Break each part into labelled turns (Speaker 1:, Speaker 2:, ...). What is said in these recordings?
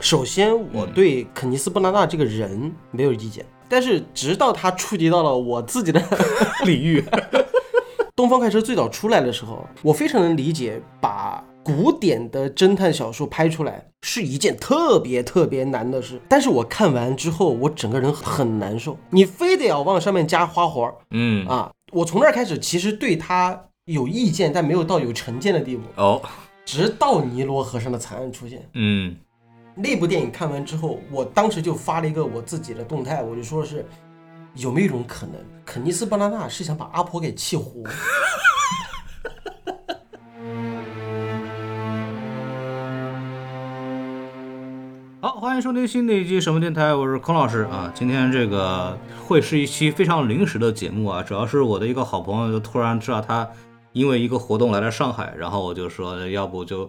Speaker 1: 首先，我对肯尼斯·布拉纳这个人没有意见，但是直到他触及到了我自己的 领域， 东方快车最早出来的时候，我非常能理解把古典的侦探小说拍出来是一件特别特别难的事。但是我看完之后，我整个人很难受，你非得要往上面加花活儿
Speaker 2: 嗯，
Speaker 1: 啊！我从那儿开始，其实对他有意见，但没有到有成见的地步，
Speaker 2: 哦，
Speaker 1: 直到尼罗河上的惨案出现。
Speaker 2: 嗯
Speaker 1: 那部电影看完之后，我当时就发了一个我自己的动态，我就说是有没有一种可能，肯尼斯·巴拉纳是想把阿婆给气糊？
Speaker 2: 好，欢迎收听新的一期什么电台，我是孔老师啊。今天这个会是一期非常临时的节目啊，主要是我的一个好朋友就突然知道他因为一个活动来了上海，然后我就说要不就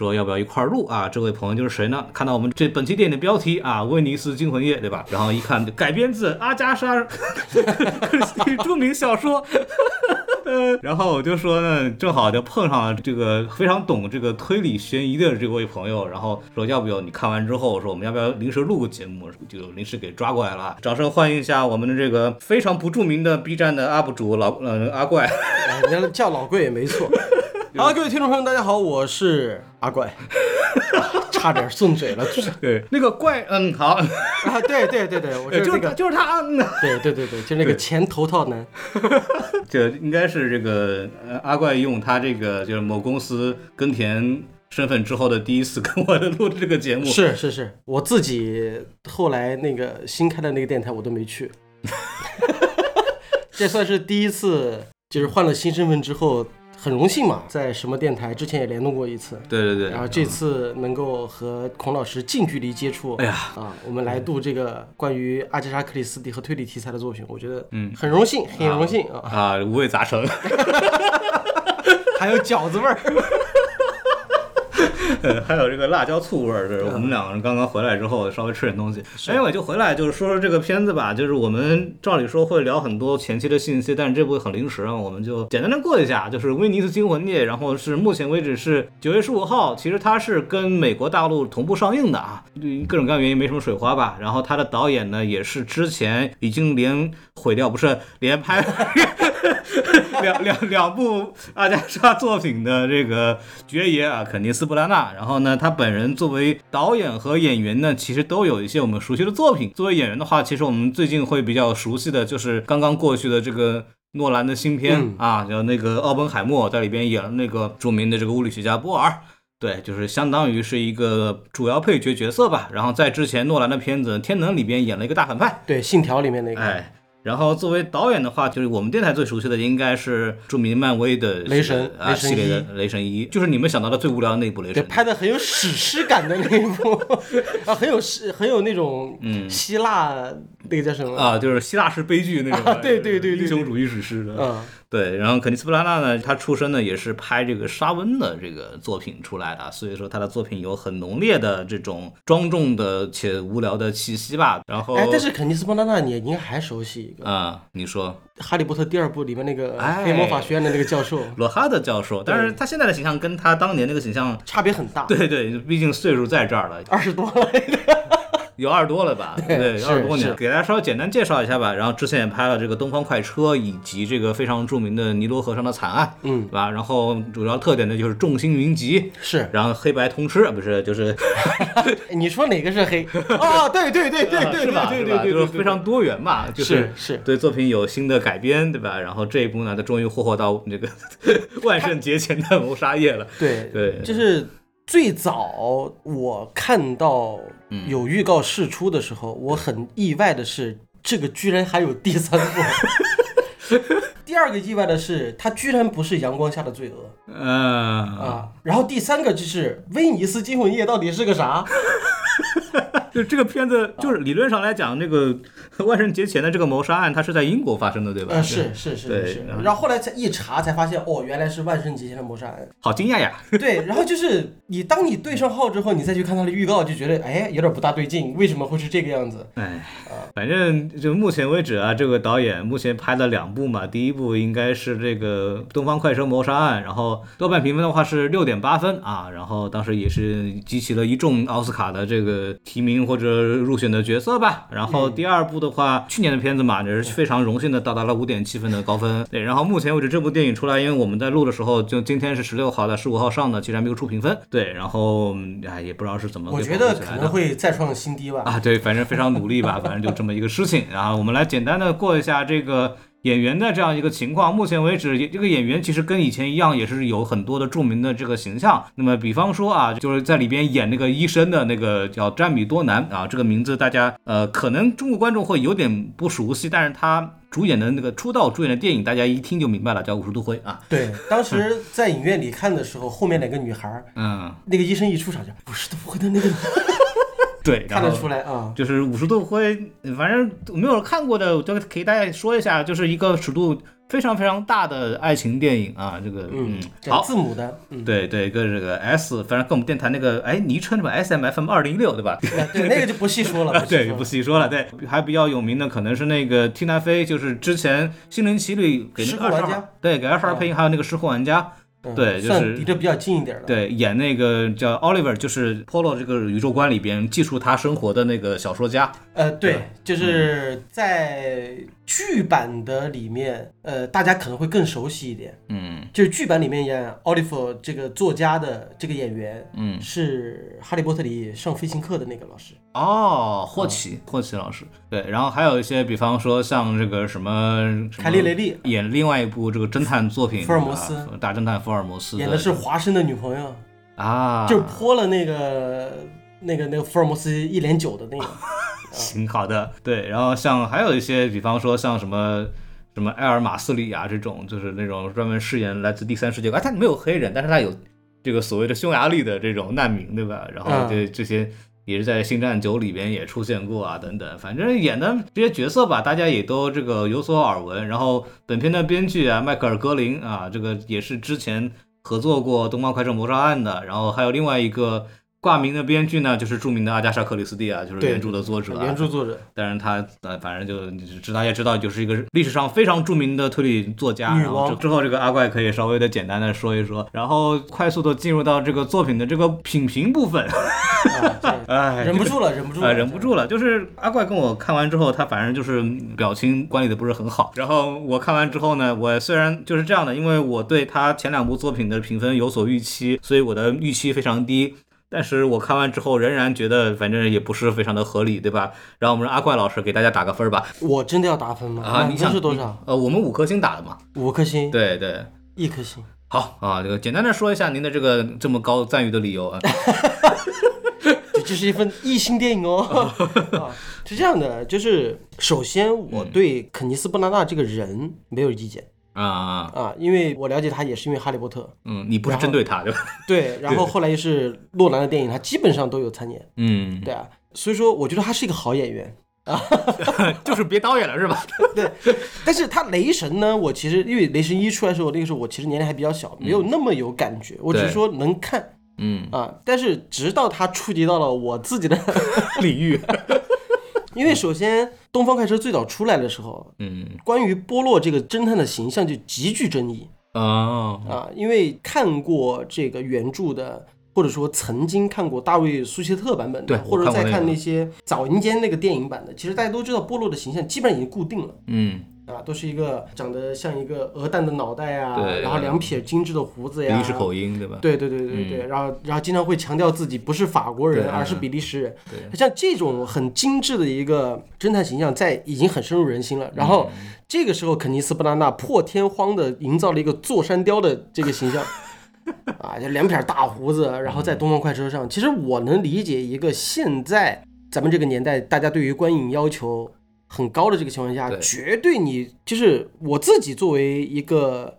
Speaker 2: 说要不要一块儿录啊？这位朋友就是谁呢？看到我们这本期电影的标题啊，《威尼斯惊魂夜》对吧？然后一看改编自阿加莎 克里斯蒂著名小说。呃，然后我就说呢，正好就碰上了这个非常懂这个推理悬疑的这位朋友，然后说要不要你看完之后说我们要不要临时录个节目，就临时给抓过来了啊。掌声欢迎一下我们的这个非常不著名的 B 站的 UP 主老呃阿怪。
Speaker 1: 哎人家叫老贵也没错。好，各位听众朋友们，大家好，我是阿怪， 差点送嘴了
Speaker 2: 对，那个怪，嗯，好，
Speaker 1: 啊！对对对对，我
Speaker 2: 哎就是是
Speaker 1: 那
Speaker 2: 他
Speaker 1: 个，
Speaker 2: 就是他，嗯，
Speaker 1: 对对对对，就那个前头套男，
Speaker 2: 这应该是这个呃阿怪用他这个就是某公司耕田身份之后的第一次跟我录这个节目。
Speaker 1: 是是是，我自己后来那个新开的那个电台我都没 去，这算是第一次，就是换了新身份之后，很荣幸嘛，在什么电台之前也联动过一次，
Speaker 2: 对对对，
Speaker 1: 然后这次能够和孔老师近距离接触，
Speaker 2: 哎呀
Speaker 1: 啊，我们来录这个关于阿加莎·克里斯蒂和推理题材的作品，我觉得
Speaker 2: 嗯
Speaker 1: 很荣幸，很荣幸啊，
Speaker 2: 啊，五味杂陈。
Speaker 1: 还有饺子味儿，
Speaker 2: 呃还有这个辣椒醋味儿，这是我们两个人刚刚回来之后稍微吃点东西。哎，我就回来就是说说这个片子吧，就是我们照理说会聊很多前期的信息，但是这部很临时啊，我们就简单的过一下。就是《威尼斯惊魂夜》，然后是目前为止是九月十五号，其实它是跟美国大陆同步上映的啊，各种各样原因没什么水花吧。然后它的导演呢也是之前已经连毁掉不是连拍 两两两部阿加莎作品的这个爵爷啊，肯尼斯·布拉纳。然后呢，他本人作为导演和演员呢，其实都有一些我们熟悉的作品。作为演员的话，其实我们最近会比较熟悉的就是刚刚过去的这个。诺兰的新片、
Speaker 1: 嗯
Speaker 2: 啊，然后那个奥本海默在里边演了那个著名的这个物理学家波尔，对，就是相当于是一个主要配角角色吧。然后在之前诺兰的片子《天能》里边演了一个大反派，
Speaker 1: 对，《信条》里面那个
Speaker 2: 哎，然后作为导演的话，就是我们电台最熟悉的应该是著名漫威的
Speaker 1: 雷神
Speaker 2: 啊
Speaker 1: 雷神
Speaker 2: 系列的雷神一，就是你们想到的最无聊的那一部雷
Speaker 1: 对，
Speaker 2: 神。
Speaker 1: 拍的很有史诗感的那一 部，啊，很有史，很有那种
Speaker 2: 嗯
Speaker 1: 希腊、那个叫什么？
Speaker 2: 啊，就是希腊式悲剧那种的、
Speaker 1: 啊对对对对
Speaker 2: 英雄主义史诗的。
Speaker 1: 嗯，
Speaker 2: 对，然后肯尼斯·布拉纳呢，他出身呢也是拍这个沙温的这个作品出来的啊，所以说他的作品有很浓烈的这种庄重的且无聊的气息吧。然后，
Speaker 1: 哎，但是肯尼斯·邦纳纳你应该还熟悉一个《
Speaker 2: 啊、你说
Speaker 1: 哈利波特》第二部里面那个
Speaker 2: 哎
Speaker 1: 黑魔法学院的那个教授，
Speaker 2: 罗哈德教授，但是他现在的形象跟他当年那个 形象，
Speaker 1: 差别很大，
Speaker 2: 对对，毕竟岁数在这儿了，
Speaker 1: 二十多了，
Speaker 2: 有二十多了 吧？
Speaker 1: 对
Speaker 2: 对，
Speaker 1: 是
Speaker 2: 二十多年，
Speaker 1: 是
Speaker 2: 给大家稍微简单介绍一下吧。然后之前也拍了这个《东方快车》，以及这个非常著名的《尼罗河上的惨案》，
Speaker 1: 嗯
Speaker 2: 对吧？然后主要特点呢就是众星云集，
Speaker 1: 是。
Speaker 2: 然后黑白通吃，不是就是
Speaker 1: 你说哪个是黑？哦，对对对对对
Speaker 2: 是
Speaker 1: 对
Speaker 2: 吧？
Speaker 1: 对
Speaker 2: 是吧
Speaker 1: 对对，
Speaker 2: 就是非常多元嘛，就是
Speaker 1: 是
Speaker 2: 对作品有新的改编，对吧？然后这一部呢，它终于霍霍到这个 万圣节前的谋杀夜了，
Speaker 1: 对
Speaker 2: 对
Speaker 1: 就是最早我看到
Speaker 2: 嗯
Speaker 1: 有预告释出的时候，我很意外的是，这个居然还有第三部。 第二个意外的是，它居然不是阳光下的罪恶啊
Speaker 2: 嗯。
Speaker 1: 呃啊！然后第三个就是威尼斯惊魂夜到底是个啥？
Speaker 2: 就这个片子，就是理论上来讲，这个 万圣节前的这个谋杀案，它是在英国发生的，对吧？
Speaker 1: 呃，是是是
Speaker 2: 对
Speaker 1: 是
Speaker 2: 然后，
Speaker 1: 然后后来才一查才发现，哦，原来是万圣节前的谋杀案。
Speaker 2: 好惊讶呀！
Speaker 1: 对，然后就是你当你对上号之后，你再去看它的预告，就觉得哎有点不大对劲，为什么会是这个样子？
Speaker 2: 哎，
Speaker 1: 啊
Speaker 2: 反正就目前为止啊，这个导演目前拍了两部嘛，第一部应该是这个《东方快车谋杀案》，然后豆瓣评分的话是六点八分啊，然后当时也是集齐了一众奥斯卡的这个提名或者入选的角色吧。然后
Speaker 1: 嗯
Speaker 2: 第二部的话，去年的片子嘛，也是非常荣幸的到达了五点七分的高
Speaker 1: 嗯
Speaker 2: 分。对，然后目前为止这部电影出来，因为我们在录的时候，就今天是十六号的，十五号上的，其实还没有出评分。对，然后嗯哎也不知道是怎么
Speaker 1: 我
Speaker 2: 给
Speaker 1: 觉
Speaker 2: 保
Speaker 1: 得
Speaker 2: 护起
Speaker 1: 可
Speaker 2: 来的
Speaker 1: 能会再创新低 吧。
Speaker 2: 啊，对，反正非常努力吧，反正就这么一个事情。然后我们来简单的过一下这个演员的这样一个情况。目前为止，也这个演员其实跟以前一样，也是有很多的著名的这个形象。那么，比方说啊，就是在里边演那个医生的那个叫詹米多南啊，这个名字大家呃可能中国观众会有点不熟悉，但是他主演的那个出道主演的电影，大家一听就明白了，叫《五十度灰》啊。
Speaker 1: 对，当时在影院里看的时候，后面两个女孩儿，
Speaker 2: 嗯，
Speaker 1: 那个医生一出场就不是都不会的 那个，
Speaker 2: 对，然
Speaker 1: 看
Speaker 2: 后
Speaker 1: 得出来啊。
Speaker 2: 就是五十度灰，反正没有看过的，我就给大家说一下，就是一个尺度非常非常大的爱情电影啊。这个，嗯
Speaker 1: 嗯，，这
Speaker 2: 好，
Speaker 1: 字母的，嗯，
Speaker 2: 对对，跟这个 S，反正跟我们电台那个哎昵称什么 S M F M 二零六对吧？
Speaker 1: 对，那个就不细 说了，
Speaker 2: 啊，
Speaker 1: 不细说
Speaker 2: 对，
Speaker 1: 了
Speaker 2: 不细说了。对，还比较有名的可能是那个缇娜菲，就是之前《心灵奇旅》给那
Speaker 1: 失
Speaker 2: 个
Speaker 1: 控
Speaker 2: 二十
Speaker 1: 玩
Speaker 2: 二
Speaker 1: 家，啊
Speaker 2: 对，给二十二配音，还有那个《失控玩家》，
Speaker 1: 嗯
Speaker 2: 对就是
Speaker 1: 算离这比较近一点的。
Speaker 2: 对，演那个叫 Oliver，就是 Polo 这个宇宙观里边记述他生活的那个小说家。
Speaker 1: 呃，对，就是在剧版的里面，呃，大家可能会更熟悉一点。
Speaker 2: 嗯
Speaker 1: 就是剧版里面演奥利弗这个作家的这个演员
Speaker 2: 嗯，
Speaker 1: 是《哈利波特》里上飞行课的那个老师。
Speaker 2: 哦，霍
Speaker 1: 嗯
Speaker 2: 奇，霍奇老师，对，然后还有一些，比方说像这个什么，什么
Speaker 1: 凯莉·雷利
Speaker 2: 演另外一部这个侦探作品，
Speaker 1: 福尔摩斯
Speaker 2: 啊大侦探福尔摩斯
Speaker 1: 演的是华生的女朋友，
Speaker 2: 啊，
Speaker 1: 就是泼了那个那个那个福尔摩斯一脸酒的那个。
Speaker 2: 行好的，对，然后像还有一些，比方说像什么。什么埃尔马斯里啊，这种就是那种专门饰演来自第三世界，啊，他没有黑人，但是他有这个所谓的匈牙利的这种难民，对吧？然后
Speaker 1: 嗯
Speaker 2: 这这些也是在《星战九》里边也出现过啊，等等，反正演的这些角色吧，大家也都这个有所耳闻。然后本片的编剧啊，迈克尔·格林啊，这个也是之前合作过《东方快车谋杀案》的，然后还有另外一个。挂名的编剧呢，就是著名的阿加莎·克里斯蒂啊，就是
Speaker 1: 对
Speaker 2: 原著的作者、啊，
Speaker 1: 原著作者，
Speaker 2: 但是他呃，反正就你知大家知道，就是一个历史上非常著名的推理作家。
Speaker 1: 女
Speaker 2: 然后
Speaker 1: 王
Speaker 2: 之之后，这个阿怪可以稍微的简单的说一说，然后快速的进入到这个作品的这个品评部 分。
Speaker 1: 啊这
Speaker 2: 哎，
Speaker 1: 忍不住了，忍不住
Speaker 2: 啊，
Speaker 1: 了，
Speaker 2: 忍不住了。就是阿怪跟我看完之后，他反正就是表情管理的不是很好。然后我看完之后呢，我虽然就是这样的，因为我对他前两部作品的评分有所预期，所以我的预期非常低。但是我看完之后，仍然觉得反正也不是非常的合理，对吧？让我们让阿怪老师给大家打个分儿吧。
Speaker 1: 我真的要打分吗？
Speaker 2: 啊，
Speaker 1: 满
Speaker 2: 你
Speaker 1: 分
Speaker 2: 想
Speaker 1: 是多少？？
Speaker 2: 呃，我们五颗星打的嘛。
Speaker 1: 五颗星，
Speaker 2: 对对，
Speaker 1: 一颗星。
Speaker 2: 好啊，这个简单的说一下您的这个这么高赞誉的理由啊。
Speaker 1: 这这是一份异星电影 哦。啊是这样的，就是首先我对肯尼斯·布拉纳这个人没有意见
Speaker 2: 啊啊，
Speaker 1: 啊，因为我了解他也是因为《哈利波特
Speaker 2: 嗯，你不是针对他对吧？》
Speaker 1: 对，然后后来又是诺兰的电影，他基本上都有参演，
Speaker 2: 嗯，
Speaker 1: 对啊，所以说我觉得他是一个好演员。
Speaker 2: 就是别导演了是吧？
Speaker 1: 对，但是他雷神呢，我其实因为雷神一出来的时候，那个时候我其实年龄还比较小，没有那么有感觉，我只是
Speaker 2: 嗯对
Speaker 1: 说能看
Speaker 2: 嗯
Speaker 1: 啊。但是直到他触及到了我自己的
Speaker 2: 领域。
Speaker 1: 因为首先，东方快车最早出来的时候，
Speaker 2: 嗯
Speaker 1: 关于波洛这个侦探的形象就极具争议
Speaker 2: 哦，
Speaker 1: 啊，因为看过这个原著的，或者说曾经看过大卫·苏切特版本
Speaker 2: 对
Speaker 1: 的，
Speaker 2: 我
Speaker 1: 或者再
Speaker 2: 看过那
Speaker 1: 看
Speaker 2: 个
Speaker 1: 那些早年间那个电影版的，其实大家都知道波洛的形象基本上已经固定了。
Speaker 2: 嗯，
Speaker 1: 啊，都是一个长得像一个鹅蛋的脑袋啊，
Speaker 2: 对
Speaker 1: 然后两撇精致的胡子呀，
Speaker 2: 英式口音对吧？
Speaker 1: 对对对对对，然后然后经常会强调自己不是法国
Speaker 2: 对嗯
Speaker 1: 人，而是比利时人
Speaker 2: 对。
Speaker 1: 像这种很精致的一个侦探形象，在已经很深入人心
Speaker 2: 嗯
Speaker 1: 了。然后这个时候，肯尼斯·布拉纳破天荒的营造了一个坐山雕的这个 形象。啊，就两撇大胡子，然后在
Speaker 2: 嗯
Speaker 1: 东方快车上，其实我能理解一个现在咱们这个年代，大家对于观影要求很高的这个情况下
Speaker 2: 对，
Speaker 1: 绝对你就是我自己作为一个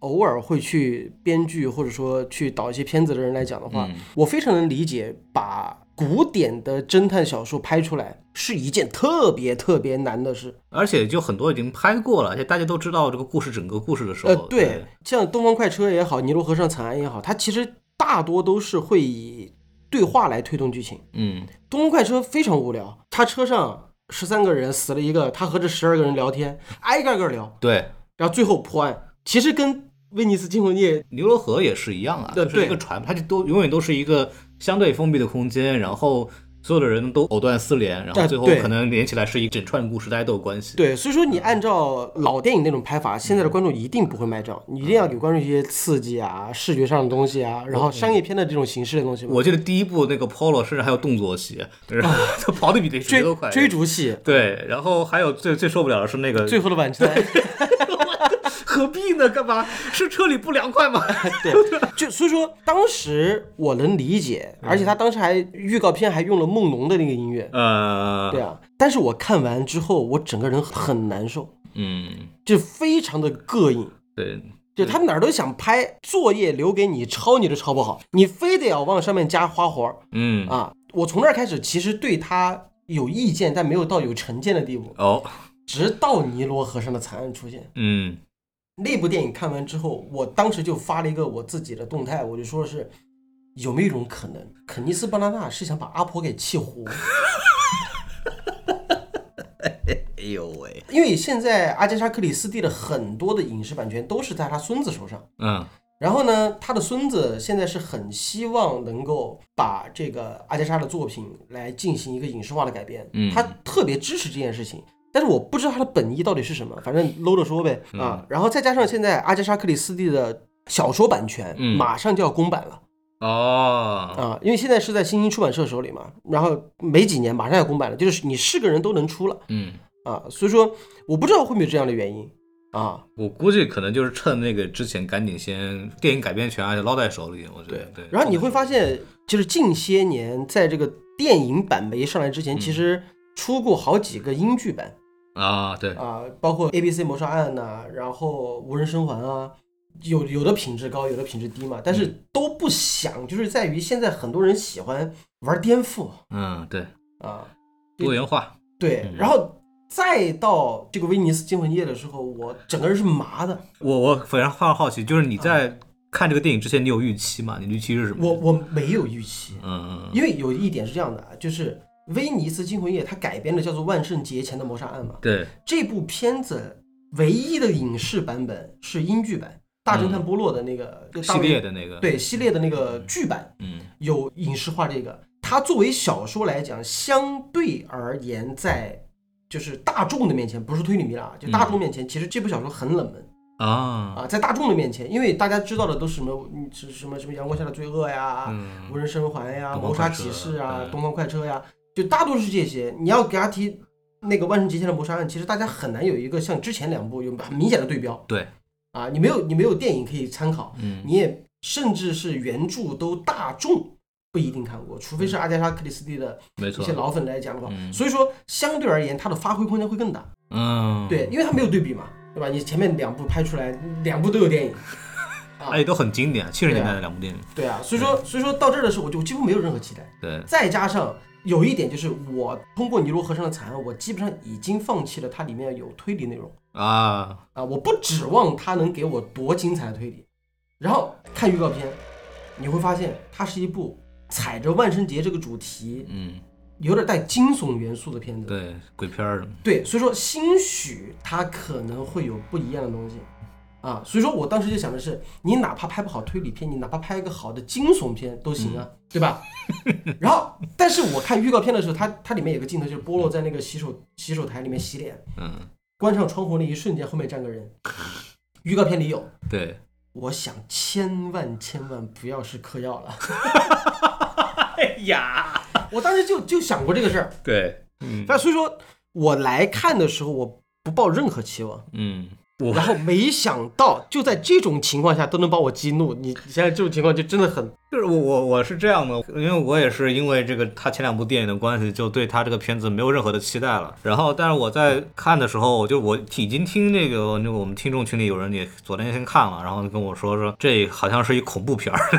Speaker 1: 偶尔会去编剧或者说去导一些片子的人来讲的话，
Speaker 2: 嗯
Speaker 1: 我非常能理解把古典的侦探小说拍出来是一件特别特别难的事。
Speaker 2: 而且就很多已经拍过了，而且大家都知道这个故事整个故事的时候，
Speaker 1: 呃，对，像《东方快车》也好，《尼罗河上惨案》也好，它其实大多都是会以对话来推动剧情。
Speaker 2: 嗯，
Speaker 1: 《东风快车》非常无聊，他车上十三个人死了一个，他和这十二个人聊天，挨个个聊，
Speaker 2: 对，
Speaker 1: 然后最后破案。其实跟《威尼斯惊魂夜》
Speaker 2: 尼罗河也是一样啊，
Speaker 1: 对
Speaker 2: 就是一个
Speaker 1: 对
Speaker 2: 船，它就都永远都是一个相对封闭的空间，然后所有的人都藕断丝连，然后
Speaker 1: 哎
Speaker 2: 最后
Speaker 1: 对
Speaker 2: 可能连起来是一整串故事，大家都有关系。
Speaker 1: 对，所以说
Speaker 2: 嗯
Speaker 1: 你按照老电影那种拍法，现在的观众一定不会卖账，你一定要给观众一些刺激啊、视觉上的东西啊，然后商业片的这种形式的东西嘛，
Speaker 2: 嗯我记得第一部那个 Polo 甚至还有动作戏，就是他跑得比那
Speaker 1: 啊
Speaker 2: 谁
Speaker 1: 追
Speaker 2: 都快。
Speaker 1: 追逐戏，
Speaker 2: 对，然后还有最最受不了的是那个，
Speaker 1: 最后的晚餐。
Speaker 2: 何必呢？干嘛？是车里不凉快吗？
Speaker 1: 对，就所以说当时我能理解，
Speaker 2: 嗯
Speaker 1: 而且他当时还预告片还用了梦龙的那个音乐，
Speaker 2: 呃，
Speaker 1: 对啊。但是我看完之后，我整个人很难受，
Speaker 2: 嗯，
Speaker 1: 就非常的膈应。
Speaker 2: 对，
Speaker 1: 就
Speaker 2: 嗯
Speaker 1: 他哪儿都想拍，作业留给你抄，你都抄不好，你非得要往上面加花活儿
Speaker 2: 嗯，
Speaker 1: 啊！我从那儿开始，其实对他有意见，但没有到有成见的地步。
Speaker 2: 哦，
Speaker 1: 直到尼罗河上的惨案出现，
Speaker 2: 嗯，
Speaker 1: 那部电影看完之后，我当时就发了一个我自己的动态，我就说是有没有一种可能，肯尼斯·巴纳纳是想把阿婆给气糊？
Speaker 2: 哎呦喂，
Speaker 1: 因为现在阿加莎·克里斯蒂的很多的影视版权都是在他孙子手上。
Speaker 2: 嗯，
Speaker 1: 然后呢，他的孙子现在是很希望能够把这个阿加莎的作品来进行一个影视化的改编，
Speaker 2: 嗯
Speaker 1: 他特别支持这件事情。但是我不知道他的本意到底是什么，反正搂着说呗
Speaker 2: 嗯
Speaker 1: 啊。然后再加上现在阿加莎克里斯蒂的小说版权
Speaker 2: 嗯
Speaker 1: 马上就要公版了
Speaker 2: 哦，
Speaker 1: 啊，因为现在是在新兴出版社手里嘛，然后没几年马上要公版了，就是你是个人都能出了
Speaker 2: 嗯，
Speaker 1: 啊，所以说我不知道会不会有这样的原因啊。
Speaker 2: 我估计可能就是趁那个之前，赶紧先电影改编权啊捞在手里，我觉得对。
Speaker 1: 然后你会发
Speaker 2: 现，
Speaker 1: 现，就是近些年在这个电影版没上来之前，
Speaker 2: 嗯
Speaker 1: 其实出过好几个英剧版
Speaker 2: 啊，对，
Speaker 1: 啊、包括《A B C 谋杀案》呐，然后《无人生还》啊，有有的品质高，有的品质低嘛，但
Speaker 2: 嗯
Speaker 1: 是都不想，就是在于现在很多人喜欢玩颠覆
Speaker 2: 嗯，对，
Speaker 1: 啊，
Speaker 2: 多元化，嗯
Speaker 1: 对，然后。再到这个威尼斯惊魂夜的时候，我整个人是麻的。
Speaker 2: 我我非常非常好奇，就是你在看这个电影之前，你有预期吗？你的预期是什么？
Speaker 1: 啊我我没有预期，
Speaker 2: 嗯，
Speaker 1: 因为有一点是这样的啊，就是《威尼斯惊魂夜》它改编的叫做《万圣节前的谋杀案》嘛，
Speaker 2: 对，
Speaker 1: 这部片子唯一的影视版本是英剧版，《大侦探波洛》的那个、就大
Speaker 2: 嗯系
Speaker 1: 卫
Speaker 2: 列的那个，，
Speaker 1: 对系列的那个剧版
Speaker 2: 嗯
Speaker 1: 有影视化这个。它作为小说来讲，相对而言，在就是大众的面前，不是推理迷了啊，就大
Speaker 2: 嗯
Speaker 1: 众面前，其实这部小说很冷门
Speaker 2: 啊，
Speaker 1: 啊，在大众的面前，因为大家知道的都是什么，嗯是什么什么阳光下的罪恶呀，
Speaker 2: 嗯
Speaker 1: 无人生还呀、
Speaker 2: 东方
Speaker 1: 谋杀
Speaker 2: 快车
Speaker 1: 启示啊、
Speaker 2: 嗯
Speaker 1: 东方快车呀，就大多数是这些。你要给他提那个万圣节前的谋杀案，其实大家很难有一个像之前两部有很明显的对标
Speaker 2: 对，
Speaker 1: 啊，你没有你没有电影可以参考，
Speaker 2: 嗯
Speaker 1: 你也甚至是原著都大众不一定看过，除非是阿加莎克里斯蒂的
Speaker 2: 嗯没
Speaker 1: 一
Speaker 2: 错
Speaker 1: 些，老粉来讲的话，
Speaker 2: 嗯
Speaker 1: 所以说相对而言它的发挥空间会更大，
Speaker 2: 嗯，
Speaker 1: 对，，因为它没有对比嘛，对吧？你前面两部拍出来，两部都有电影。啊
Speaker 2: 而哎且都很经典，七十年代的两部电影，
Speaker 1: 对啊，所以说，所以说到这儿的时候，我就我几乎没有任何期待。
Speaker 2: 对，
Speaker 1: 再加上有一点就是，我通过《尼罗河上的惨案》，我基本上已经放弃了它里面有推理内容
Speaker 2: 啊，
Speaker 1: 啊，我不指望它能给我多精彩的推理。然后看预告片，你会发现它是一部踩着万圣节这个主题，
Speaker 2: 嗯，
Speaker 1: 有点带惊悚元素的片子。
Speaker 2: 对，鬼片儿，
Speaker 1: 对，所以说兴许它可能会有不一样的东西。啊，所以说我当时就想的是，你哪怕拍不好推理片，你哪怕拍一个好的惊悚片都行啊，对吧？ 然后，但是我看预告片的时候，它它里面有个镜头就是波洛在那个洗手洗手台里面洗脸，
Speaker 2: 嗯，
Speaker 1: 关上窗户那一瞬间，后面站个人。预告片里有，
Speaker 2: 对，
Speaker 1: 我想千万千万不要是嗑药了。
Speaker 2: 哎呀，
Speaker 1: 我当时就就想过这个事儿，
Speaker 2: 对，嗯
Speaker 1: 但所以说我来看的时候，我不抱任何期望。
Speaker 2: 嗯，我
Speaker 1: 然后没想到就在这种情况下都能把我激怒，你现在这种情况就真的很
Speaker 2: 就是我我我是这样的，因为我也是因为这个他前两部电影的关系，就对他这个片子没有任何的期待了。然后，但是我在看的时候，我就我已经听那个那个我们听众群里有人也昨天先看了，然后跟我说说这好像是一恐怖片儿。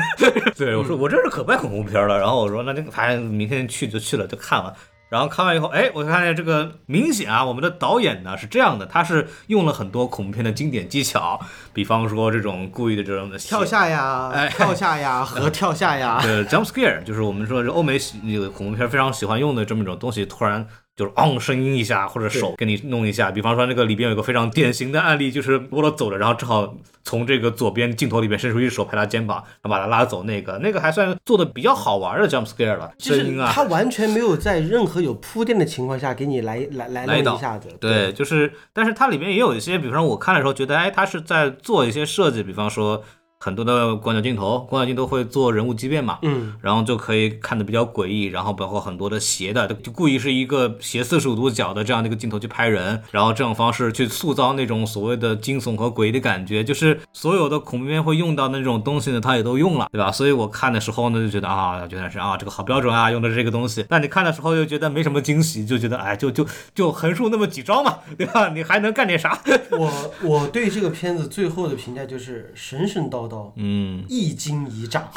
Speaker 2: 对，我说我这是可拜恐怖片儿了。然后我说那这个反正明天去就去了，就看了。然后看完以后，哎，我看见这个明显啊，我们的导演呢是这样的，他是用了很多恐怖片的经典技巧，比方说这种故意的这种的
Speaker 1: 跳下呀，
Speaker 2: 哎
Speaker 1: 跳下 呀和跳下呀，
Speaker 2: 呃，jump scare 就是我们说这欧美喜那个恐怖片非常喜欢用的这么一种东西，突然就是昂声音一下，或者手给你弄一下。比方说那个里边有一个非常典型的案例，就是波罗走着，然后正好从这个左边镜头里边伸出一手拍他肩膀，然后把他拉走。那个那个还算做的比较好玩的 jump scare 了，
Speaker 1: 就
Speaker 2: 声
Speaker 1: 是
Speaker 2: 音啊，
Speaker 1: 他完全没有在任何有铺垫的情况下给你来来来
Speaker 2: 来一
Speaker 1: 弄
Speaker 2: 刀
Speaker 1: 一下子，
Speaker 2: 对，就是，但是它里面也有一些，比方说我看的时候觉得，哎，它是在做一些设计，比方说很多的广角镜头，广角镜头会做人物畸变嘛，
Speaker 1: 嗯，
Speaker 2: 然后就可以看的比较诡异，然后包括很多的斜的，就故意是一个斜四十五度角的这样的一个镜头去拍人，然后这种方式去塑造那种所谓的惊悚和诡异的感觉，就是所有的恐怖片会用到的那种东西呢，它也都用了，对吧？所以我看的时候呢，就觉得啊，觉得是啊，这个好标准啊，用的这个东西。那你看的时候又觉得没什么惊喜，就觉得哎，就就就横竖那么几招嘛，对吧？你还能干点啥？
Speaker 1: 我我对这个片子最后的评价就是神神叨叨，
Speaker 2: 嗯，
Speaker 1: 一惊一乍。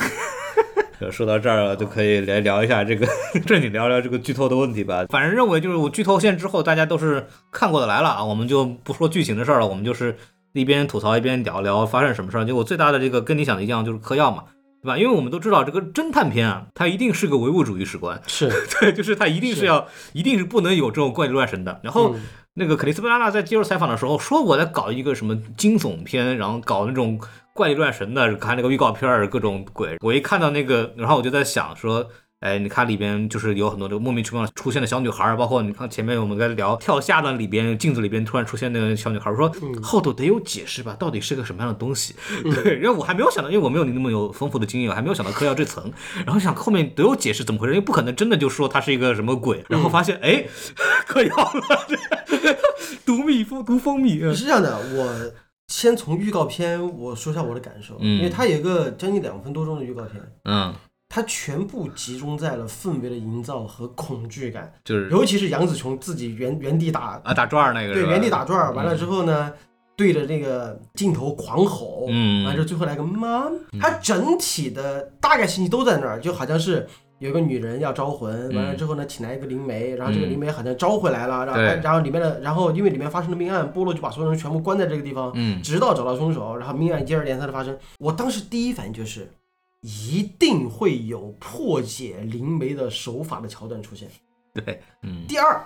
Speaker 2: 呃说到这儿了，就可以来聊一下这个 正经聊聊这个剧透的问题吧。反正认为就是我剧透线之后，大家都是看过的来了啊，我们就不说剧情的事儿了，我们就是一边吐槽一边聊聊发生什么事儿。就我最大的这个跟你想的一样，就是嗑药嘛，对吧？因为我们都知道这个侦探片啊，它一定是个唯物主义史观，
Speaker 1: 是，
Speaker 2: 对，就是它一定是要，一定是不能有这种怪力乱神的。然
Speaker 1: 哦嗯
Speaker 2: 后。那个肯尼斯·贝拉纳在接受采访的时候说，我在搞一个什么惊悚片，然后搞那种怪力乱神的，看那个预告片儿各种鬼。我一看到那个，然后我就在想说，哎，你看里边就是有很多这个莫名其妙出现的小女孩儿，包括你看前面我们在聊跳下的里边镜子里边突然出现那个小女孩儿，我说
Speaker 1: 嗯
Speaker 2: 后头得有解释吧，到底是个什么样的东西？ 对，因为我还没有想到，因为我没有你那么有丰富的经验，我还没有想到嗑药这层，然后想后面得有解释怎么回事，因为不可能真的就说它是一个什么
Speaker 1: 嗯
Speaker 2: 鬼，然后发现哎，嗑药了， 毒蜜蜂毒蜂蜜，嗯
Speaker 1: 是这样的，我先从预告片我说一下我的感受，
Speaker 2: 嗯
Speaker 1: 因为它有一个将近两分多钟的预告片，
Speaker 2: 嗯，
Speaker 1: 它全部集中在了氛围的营造和恐惧感，
Speaker 2: 就是
Speaker 1: 尤其是杨紫琼自己原原地打，
Speaker 2: 啊打转儿那个是
Speaker 1: 对，
Speaker 2: 吧
Speaker 1: 原地打转儿，完了之后呢，对着那个镜头狂吼，
Speaker 2: 嗯
Speaker 1: 完了之后最后来个妈，它整体的大概信息都在那儿，就好像是。有一个女人要招魂，完
Speaker 2: 嗯
Speaker 1: 了之后呢，请来一个灵媒，然后这个灵媒好像招回来了，然后
Speaker 2: 对
Speaker 1: 然后里面的，然后因为里面发生了命案，波洛就把所有人全部关在这个地方，
Speaker 2: 嗯
Speaker 1: 直到找到凶手，然后命案接二连三的发生。我当时第一反应就是，一定会有破解灵媒的手法的桥段出现。
Speaker 2: 对嗯
Speaker 1: 第二，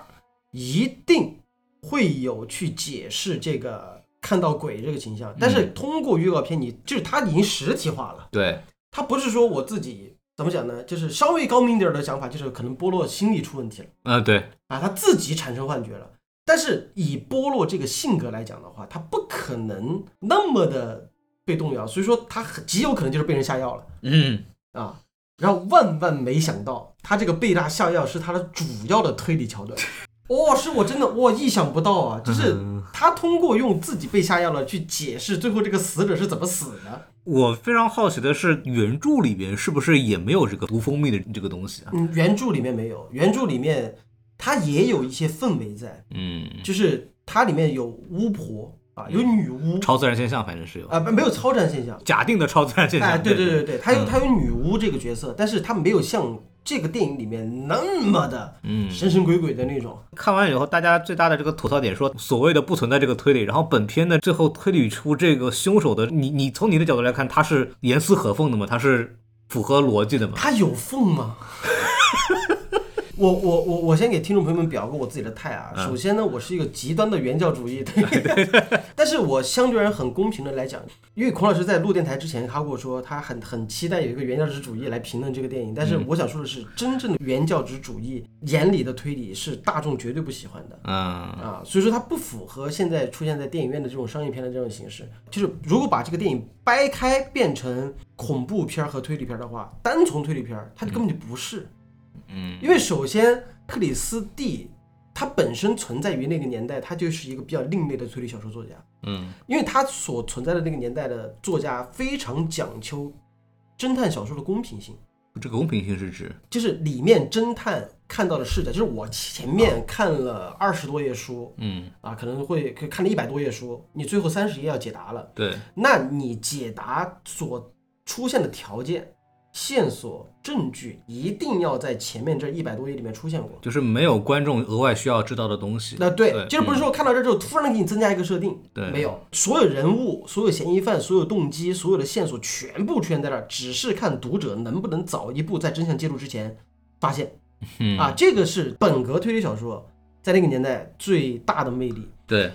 Speaker 1: 一定会有去解释这个看到鬼这个形象，但是通过预告片你，就是它已经实体化了，
Speaker 2: 对
Speaker 1: 它不是说我自己怎么讲呢，就是稍微高明点儿的想法，就是可能波洛心理出问题了
Speaker 2: 啊对
Speaker 1: 啊，他自己产生幻觉了。但是以波洛这个性格来讲的话，他不可能那么的被动摇，所以说他很极有可能就是被人下药了
Speaker 2: 嗯
Speaker 1: 啊。然后万万没想到，他这个被他下药是他的主要的推理桥段。哦，是我真的我意想不到啊！就是
Speaker 2: 嗯
Speaker 1: 他通过用自己被下药了去解释最后这个死者是怎么死的。
Speaker 2: 我非常好奇的是，原著里边是不是也没有这个毒蜂蜜的这个东西啊？
Speaker 1: 嗯，原著里面没有，原著里面它也有一些氛围在，
Speaker 2: 嗯，
Speaker 1: 就是它里面有巫婆啊，有女巫
Speaker 2: 超自然现象反正是有，
Speaker 1: 啊，不没有超战现象。
Speaker 2: 假定的超自然现
Speaker 1: 哎，
Speaker 2: 象。
Speaker 1: 对对对对，她有
Speaker 2: 嗯
Speaker 1: 她有女巫这个角色，但是她没有像这个电影里面那么的
Speaker 2: 嗯，
Speaker 1: 神神鬼鬼的那种。
Speaker 2: 看完以后，大家最大的这个吐槽点说，所谓的不存在这个推理，然后本片呢最后推理出这个凶手的，你你从你的角度来看，他是严丝合缝的吗？他是符合逻辑的吗？
Speaker 1: 它有缝吗？ 我我我我先给听众朋友们表个我自己的态啊。首先呢，我是一个极端的原教主义的， 但是我相对而言很公平的来讲，因为孔老师在录电台之前，他跟我说他很很期待有一个原教旨主义来评论这个电影，但是我想说的是，真正的原教旨主义眼里的推理是大众绝对不喜欢的。
Speaker 2: 嗯
Speaker 1: 啊，所以说它不符合现在出现在电影院的这种商业片的这种形式。就是如果把这个电影掰开变成恐怖片儿和推理片儿的话，单从推理片儿它根本就不是，
Speaker 2: 嗯
Speaker 1: 因为首先克里斯蒂。他本身存在于那个年代，他就是一个比较另类的推理小说作家，
Speaker 2: 嗯
Speaker 1: 因为他所存在的那个年代的作家非常讲究侦探小说的公平性，
Speaker 2: 这个公平性是指
Speaker 1: 就是里面侦探看到的视角，就是我前面看了二十多页书
Speaker 2: 嗯
Speaker 1: 啊，可能会可看了一百多页书，你最后三十页要解答了。
Speaker 2: 对
Speaker 1: 那你解答所出现的条件、线索、证据，一定要在前面这一百多页里面出现过。
Speaker 2: 就是没有观众额外需要知道的东西。
Speaker 1: 那对，
Speaker 2: 对嗯
Speaker 1: 就是不是说看到这之后突然给你增加一个设定，
Speaker 2: 对
Speaker 1: 没有，所有人物、所有嫌疑犯、所有动机、所有的线索全部出现在这儿，只是看读者能不能早一步在真相揭露之前发现
Speaker 2: 嗯
Speaker 1: 啊，这个是本格推理小说在那个年代最大的魅力。
Speaker 2: 对，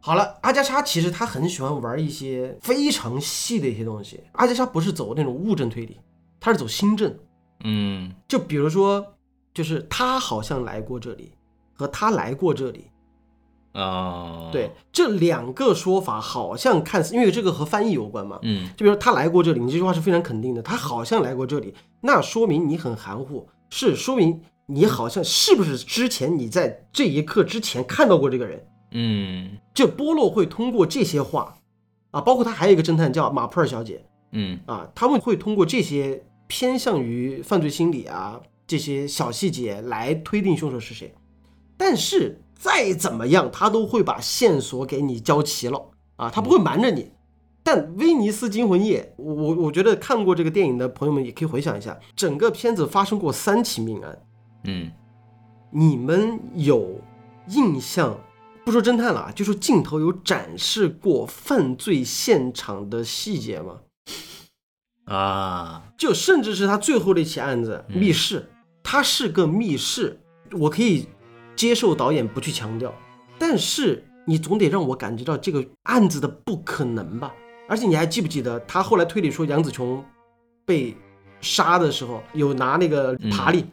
Speaker 1: 好了，阿加莎其实他很喜欢玩一些非常细的一些东西。阿加莎不是走那种物证推理，他是走心证。
Speaker 2: 嗯
Speaker 1: 就比如说，就是他好像来过这里，和他来过这里，
Speaker 2: 啊，
Speaker 1: 对，这两个说法好像看似，因为这个和翻译有关嘛。
Speaker 2: 嗯
Speaker 1: 就比如他来过这里，你这句话是非常肯定的，他好像来过这里，那说明你很含糊，是说明你好像是不是之前你在这一刻之前看到过这个人？
Speaker 2: 嗯
Speaker 1: 这波洛会通过这些话啊，包括他还有一个侦探叫马普尔小姐
Speaker 2: 嗯
Speaker 1: 啊，他们会通过这些偏向于犯罪心理啊这些小细节来推定凶手是谁。但是再怎么样，他都会把线索给你交齐了啊，他不会瞒着你。但《威尼斯惊魂夜》，我我我觉得看过这个电影的朋友们也可以回想一下，整个片子发生过三起命案，
Speaker 2: 嗯
Speaker 1: 你们有印象？不说侦探了啊，就说镜头有展示过犯罪现场的细节吗？
Speaker 2: 啊，
Speaker 1: 就甚至是他最后的一起案子
Speaker 2: 嗯
Speaker 1: 密室，它是个密室，我可以接受导演不去强调，但是你总得让我感觉到这个案子的不可能吧？而且你还记不记得他后来推理说杨子琼被杀的时候，有拿那个爬犁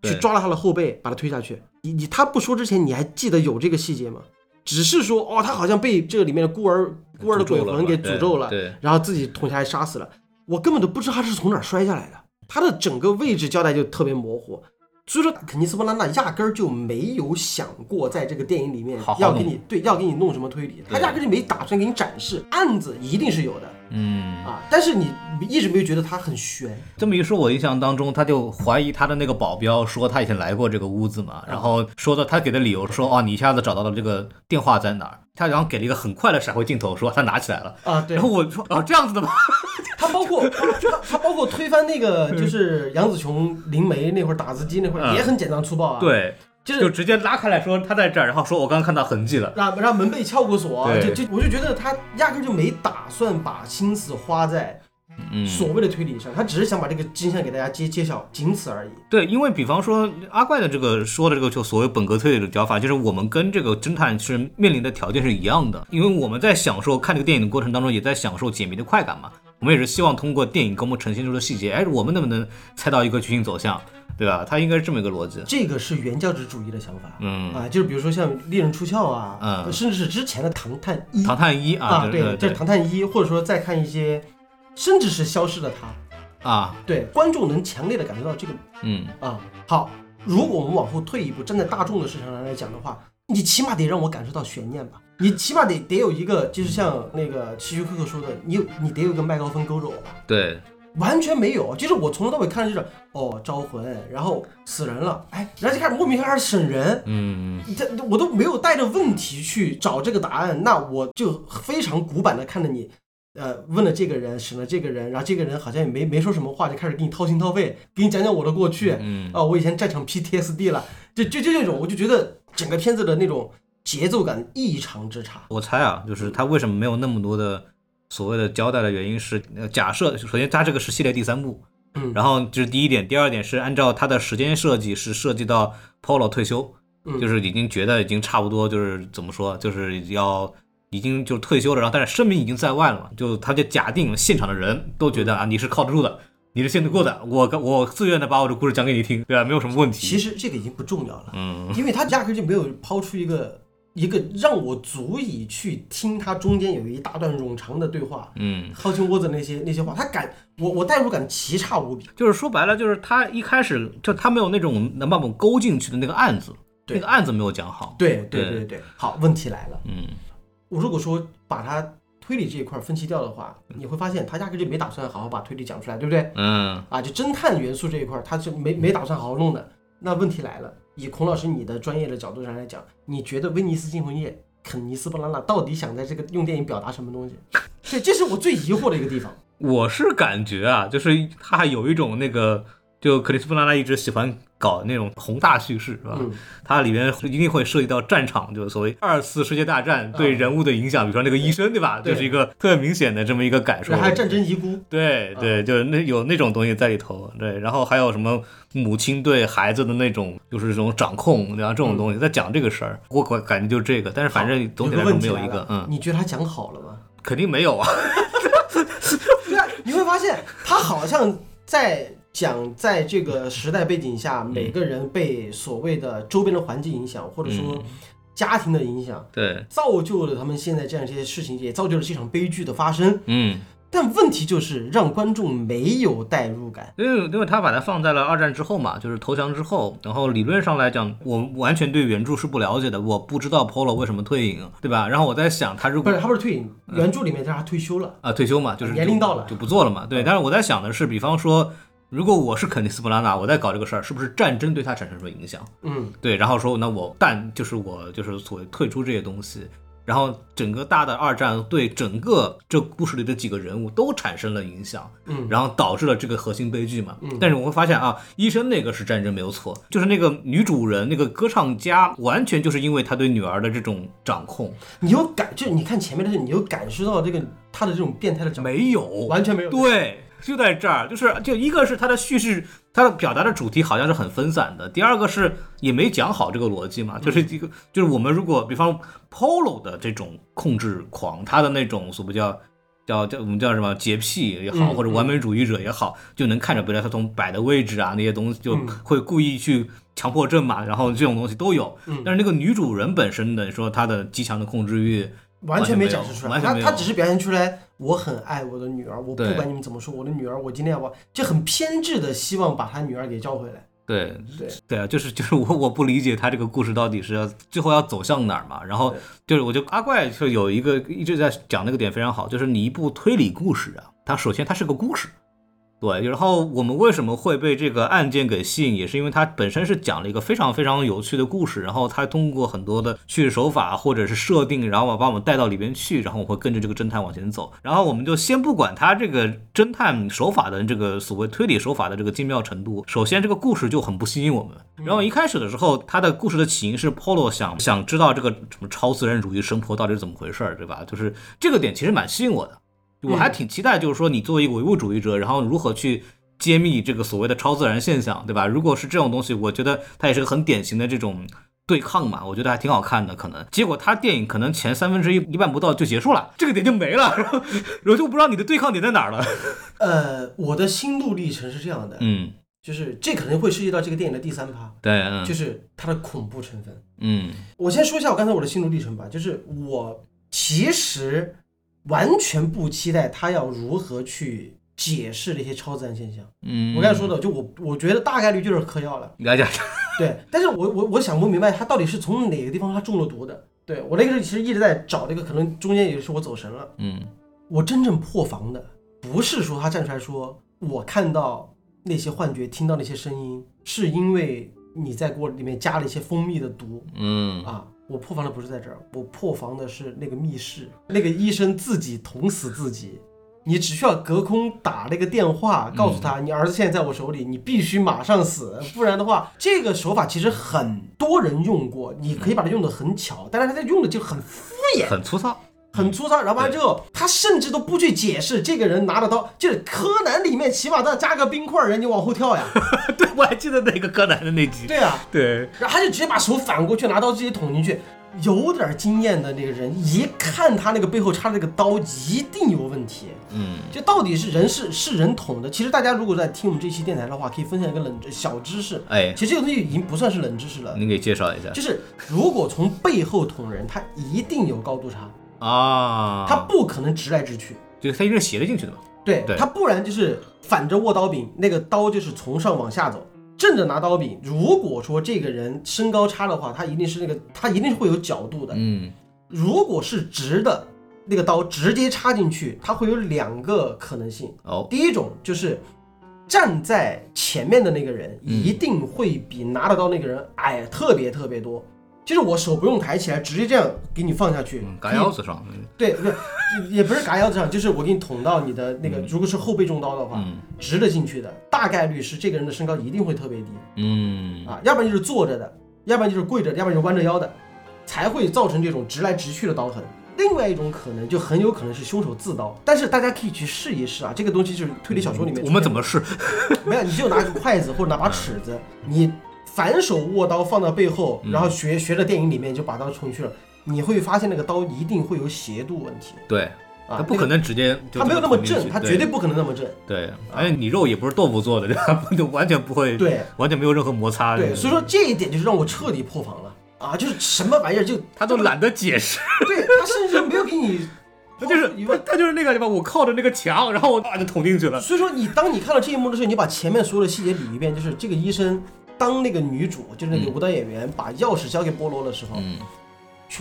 Speaker 2: 对
Speaker 1: 去抓了他的后背，把他推下去？你你他不说之前，你还记得有这个细节吗？只是说哦，他好像被这个里面的孤儿孤儿的鬼魂给诅咒了，
Speaker 2: 对对
Speaker 1: 然后自己捅下来杀死了。我根本都不知道他是从哪儿摔下来的，他的整个位置交代就特别模糊。所以说，肯尼斯·布拉纳压根儿就没有想过在这个电影里面
Speaker 2: 好好
Speaker 1: 要给
Speaker 2: 弄
Speaker 1: 你对要给你弄什么推理，他
Speaker 2: 对
Speaker 1: 压根儿就没打算给你展示。案子一定是有的
Speaker 2: 嗯，
Speaker 1: 啊，但是你一直没有觉得他很悬，
Speaker 2: 这么一说，我印象当中，他就怀疑他的那个保镖说他以前来过这个屋子
Speaker 1: 嗯
Speaker 2: 嘛，然后说的他给的理由说，哦，你一下子找到了这个电话在哪儿，他然后给了一个很快的闪回镜头，说他拿起来了，
Speaker 1: 啊对
Speaker 2: 然后我说，哦，这样子的吗？
Speaker 1: 他包括他他包括推翻那个就是杨紫琼灵媒那会儿打字机那会儿
Speaker 2: 嗯
Speaker 1: 也很简单粗暴啊，，
Speaker 2: 对，
Speaker 1: 就是
Speaker 2: 就直接拉开来说他在这儿，然后说我刚刚看到痕迹了，
Speaker 1: 让让门被撬过锁，就
Speaker 2: 对
Speaker 1: 就我就觉得他压根就没打算把心思花在
Speaker 2: 嗯
Speaker 1: 所谓的推理上，他只是想把这个真相给大家揭揭晓，仅此而已。
Speaker 2: 对，因为比方说阿怪的这个说的这个就所谓本格推理的讲法，就是我们跟这个侦探是面临的条件是一样的，因为我们在享受看这个电影的过程当中，也在享受解谜的快感嘛。我们也是希望通过电影给我们呈现出的细节，哎，我们能不能猜到一个剧情走向，对吧？它应该是这么一个逻辑。
Speaker 1: 这个是原教旨主义的想法，
Speaker 2: 嗯
Speaker 1: 啊，就是比如说像《猎人出鞘》啊，
Speaker 2: 嗯
Speaker 1: 甚至是之前的《唐探一》
Speaker 2: 唐探一啊，对
Speaker 1: 对，这是《唐探一》，或者说再看一些，甚至是《消失的他》，
Speaker 2: 啊，
Speaker 1: 对，观众能强烈的感觉到这个
Speaker 2: 嗯
Speaker 1: 啊。好，如果我们往后退一步，站在大众的市场上来讲的话，你起码得让我感受到悬念吧，你起码得得有一个，就是像那个希区柯克说的，你有你得有一个麦高芬勾着我吧。
Speaker 2: 对，
Speaker 1: 完全没有，就是我从头到尾看的就是哦招魂，然后死人了，哎，然后就开始莫名其妙审人，
Speaker 2: 嗯
Speaker 1: 这我都没有带着问题去找这个答案，那我就非常古板的看着你，呃，问了这个人，审了这个人，然后这个人好像也没没说什么话，就开始给你掏心掏肺，给你讲讲我的过去，啊、
Speaker 2: 嗯
Speaker 1: 我以前战场 PTSD 了，就就就这种，我就觉得整个片子的那种节奏感异常之差。
Speaker 2: 我猜啊，
Speaker 1: 嗯
Speaker 2: 就是他为什么没有那么多的所谓的交代的原因是，呃假设首先他这个是系列第三部，
Speaker 1: 嗯
Speaker 2: 然后这是第一点，第二点是按照他的时间设计是涉及到 Polo 退休，
Speaker 1: 嗯
Speaker 2: 就是已经觉得已经差不多，就是怎么说，就是要。已经就是退休了，然后但是声明已经在外了嘛，就他就假定现场的人都觉
Speaker 1: 嗯
Speaker 2: 得啊你是靠得住的，你是信得过的，我我自愿的把我的故事讲给你听，对吧、没有什么问题。
Speaker 1: 其实这个已经不重要了，
Speaker 2: 嗯，
Speaker 1: 因为他压根就没有抛出一个一个让我足以去听他中间有一大段冗长的对话，
Speaker 2: 嗯，
Speaker 1: 掏心窝子那些那些话，他感我我代入感奇差无比。
Speaker 2: 就是说白了，就是他一开始就他没有那种能把我们勾进去的那个案子，
Speaker 1: 对
Speaker 2: 那个案子没有讲好。
Speaker 1: 对
Speaker 2: 对
Speaker 1: 对对对，好，问题来了，
Speaker 2: 嗯，
Speaker 1: 我如果说把它推理这一块分析掉的话，你会发现他压根就没打算好好把推理讲出来，对不对？
Speaker 2: 嗯，
Speaker 1: 啊，就侦探元素这一块儿，他是没没打算好好弄的。那问题来了，以孔老师你的专业的角度上来讲，你觉得《威尼斯惊魂夜》肯尼斯·布拉纳到底想在这个用电影表达什么东西？对，这是我最疑惑的一个地 方。
Speaker 2: 我是感觉啊，就是他还有一种那个，就克里斯布拉纳一直喜欢搞那种宏大叙事，是吧？
Speaker 1: 嗯，
Speaker 2: 它里面一定会涉及到战场，就是所谓二次世界大战对
Speaker 1: 嗯
Speaker 2: 人物的影响，比如说那个医生，对吧？
Speaker 1: 对
Speaker 2: 就是一个特别明显的这么一个感受
Speaker 1: 然后。还有战争遗孤，
Speaker 2: 对对，
Speaker 1: 嗯
Speaker 2: 就是那有那种东西在里头，对，然后还有什么母亲对孩子的那种，就是这种掌控，然后这
Speaker 1: 嗯
Speaker 2: 种东西在讲这个事儿，我感感觉就是这个，但是 反正总体
Speaker 1: 有个
Speaker 2: 来说
Speaker 1: 问
Speaker 2: 没
Speaker 1: 题
Speaker 2: 有
Speaker 1: 来
Speaker 2: 一个
Speaker 1: 了，
Speaker 2: 嗯，
Speaker 1: 你觉得他讲好了吗？
Speaker 2: 肯定没 有啊，
Speaker 1: 对啊，你会发现他好像在讲在这个时代背景下，每个人被所谓的周边的环境影响，或者
Speaker 2: 嗯
Speaker 1: 说家庭的影响，
Speaker 2: 对，
Speaker 1: 造就了他们现在这样一些事情，也造就了这场悲剧的发生。
Speaker 2: 嗯，
Speaker 1: 但问题就是让观众没有代入感。
Speaker 2: 因为因为他把它放在了二战之后嘛，就是投降之后，然后理论上来讲，我完全对原著是不了解的，我不知道 Polo 为什么退隐，对吧？然后我在想，他如
Speaker 1: 不
Speaker 2: 果
Speaker 1: 是，他不是退隐，原著里面他退休了。
Speaker 2: 啊，退休嘛，就是
Speaker 1: 年龄到了嗯
Speaker 2: 就不做了嘛。对，但是我在想的是，比方说，如果我是肯尼斯布拉纳，我在搞这个事儿，是不是战争对他产生什么影响？
Speaker 1: 嗯，
Speaker 2: 对，然后说那我但就是我就是所谓退出这些东西，然后整个大的二战对整个这故事里的几个人物都产生了影响，
Speaker 1: 嗯，
Speaker 2: 然后导致了这个核心悲剧嘛。嗯，但是我会发现啊，医生那个是战争没有错，就是那个女主人那个歌唱家，完全就是因为她对女儿的这种掌控
Speaker 1: 你有感，就你看前面的事，你有感受到这个他的这种变态的掌控，
Speaker 2: 没有，
Speaker 1: 完全没有。
Speaker 2: 对，就在这儿，就是就一个是它的叙事，它的表达的主题好像是很分散的；第二个是也没讲好这个逻辑
Speaker 1: 嗯
Speaker 2: 嘛，就是一个、就是我们如果比方 Polo 的这种控制狂，他的那种所谓叫。叫叫我们叫什么洁癖也好，
Speaker 1: 嗯
Speaker 2: 或者完美主义者也好，就能看着，比如说他从摆的位置啊那些东西，就
Speaker 1: 嗯
Speaker 2: 会故意去强迫症嘛，然后这种东西都有。
Speaker 1: 嗯
Speaker 2: 但是那个女主人本身的说她的极强的控制欲，
Speaker 1: 完全没展示出来，
Speaker 2: 完全
Speaker 1: 他
Speaker 2: 没有
Speaker 1: 他只是表现出来我很爱我的女儿，我不
Speaker 2: 对
Speaker 1: 管你们怎么说，我的女儿，我今天要把就很偏执的希望把他女儿给叫回来。
Speaker 2: 对
Speaker 1: 对
Speaker 2: 对啊，就是就是我我不理解他这个故事到底是要最后要走向哪儿嘛。然后
Speaker 1: 对
Speaker 2: 就是我觉得阿怪是有一个一直在讲那个点非常好，就是你一部推理故事啊，它首先它是个故事，对。然后我们为什么会被这个案件给吸引，也是因为它本身是讲了一个非常非常有趣的故事，然后它通过很多的叙事手法或者是设定，然后把我们带到里边去，然后我会跟着这个侦探往前走。然后我们就先不管他这个侦探手法的这个所谓推理手法的这个精妙程度，首先这个故事就很不吸引我们。然后一开始的时候，他的故事的起因是 Polo 想想知道这个什么超自然主义生活到底是怎么回事儿，对吧？就是这个点其实蛮吸引我的。我还挺期待，就是说你作为一个唯物主义者，然后如何去揭秘这个所谓的超自然现象，对吧？如果是这种东西，我觉得它也是个很典型的这种对抗嘛，我觉得还挺好看的。可能结果他电影可能前三分之一一半不到就结束了，这个点就没了，然后我就不知道你的对抗点在哪儿了。
Speaker 1: 呃，我的心路历程是这样的，
Speaker 2: 嗯，
Speaker 1: 就是这可能会涉及到这个电影的第三趴，
Speaker 2: 对，嗯
Speaker 1: 就是它的恐怖成分。
Speaker 2: 嗯
Speaker 1: 我先说一下我刚才我的心路历程吧，就是我其实完全不期待他要如何去解释这些超自然现象。
Speaker 2: 嗯
Speaker 1: 我刚才说的，就我我觉得大概率就是嗑药了。
Speaker 2: 你来讲，
Speaker 1: 对，但是我我我想不明白他到底是从哪个地方他中了毒的。对我那个时候其实一直在找这个，可能中间也是我走神了。
Speaker 2: 嗯
Speaker 1: 我真正破防的不是说他站出来说我看到那些幻觉，听到那些声音，是因为你在锅里面加了一些蜂蜜的毒
Speaker 2: 嗯
Speaker 1: 啊。我破防的不是在这儿，我破防的是那个密室，那个医生自己捅死自己。你只需要隔空打那个电话，告诉他、你儿子现在在我手里，你必须马上死，不然的话，这个手法其实很多人用过，你可以把它用得很巧，但是他用的就很敷衍，
Speaker 2: 很粗糙，
Speaker 1: 很粗糙。然后完了之后，他甚至都不去解释这个人拿着刀，就是柯南里面起码都要加个冰块儿，人家往后跳呀，
Speaker 2: 对我还记得那个柯南的那集，
Speaker 1: 对啊，
Speaker 2: 对，
Speaker 1: 然后他就直接把手反过去拿刀直接捅进去。有点经验的那个人，一看他那个背后插的那个刀，一定有问题。
Speaker 2: 嗯
Speaker 1: 这到底是人是是人捅的？其实大家如果在听我们这期电台的话，可以分享一个冷小知识。
Speaker 2: 哎，
Speaker 1: 其实这个东西已经不算是冷知识了，
Speaker 2: 您给介绍一下
Speaker 1: 就是如果从背后捅人，他一定有高度差，
Speaker 2: 啊，
Speaker 1: 他不可能直来直去。
Speaker 2: 就是他一定是斜着进去的嘛，
Speaker 1: 对
Speaker 2: 对
Speaker 1: 他，不然就是反着握刀柄，那个刀就是从上往下走。正着拿刀比，如果说这个人身高差的话，他一定是那个他一定是会有角度的。
Speaker 2: 嗯，
Speaker 1: 如果是直的，那个刀直接插进去，它会有两个可能性。
Speaker 2: 哦，
Speaker 1: 第一种就是站在前面的那个人
Speaker 2: 嗯
Speaker 1: 一定会比拿得到那个人矮特别特别多。就是我手不用抬起来，直接这样给你放下去，
Speaker 2: 嗯
Speaker 1: 可
Speaker 2: 嘎
Speaker 1: 以
Speaker 2: 腰子上，
Speaker 1: 对，不是，也不是嘎腰子上，就是我给你捅到你的那个，如果是后背中刀的话，
Speaker 2: 嗯
Speaker 1: 直的进去的，大概率是这个人的身高一定会特别低
Speaker 2: 嗯，
Speaker 1: 啊，要不然就是坐着的，要不然就是跪着的，要不然就是弯着腰的，才会造成这种直来直去的刀痕。另外一种可能就很有可能是凶手自刀，但是大家可以去试一试啊，这个东西就是推理小说里面出现的。啊
Speaker 2: 嗯我们怎么嗯试？
Speaker 1: 没有？你 就拿个筷子或者拿把尺子，你反手握刀放到背后，
Speaker 2: 嗯
Speaker 1: 然后学学着电影里面就把刀冲去了，你会发现那个刀一定会有斜度问题。
Speaker 2: 对，
Speaker 1: 啊，
Speaker 2: 他不可能直接就
Speaker 1: 他没有那么
Speaker 2: 捅进
Speaker 1: 正，
Speaker 2: 去
Speaker 1: 他绝对不可能那么正。
Speaker 2: 对，而且你肉也不是豆腐做的， 对吧？就完全不会，
Speaker 1: 对，
Speaker 2: 完全没有任何摩擦。
Speaker 1: 对，所以
Speaker 2: 说
Speaker 1: 说这一点就是让我彻底破防了啊！就是什么玩意儿 就
Speaker 2: 他都懒得解释，，
Speaker 1: 对他甚至没有给你
Speaker 2: 他就是
Speaker 1: 一
Speaker 2: 他
Speaker 1: 问。
Speaker 2: 他就是那个什么，我靠着那个墙，然后我啊就捅进去了。
Speaker 1: 所以说你当你看到这一幕的时候，你把前面所有的细节理一遍，就是这个医生当那个女主就是那个舞蹈演员把钥匙交给菠萝的时候，
Speaker 2: 嗯，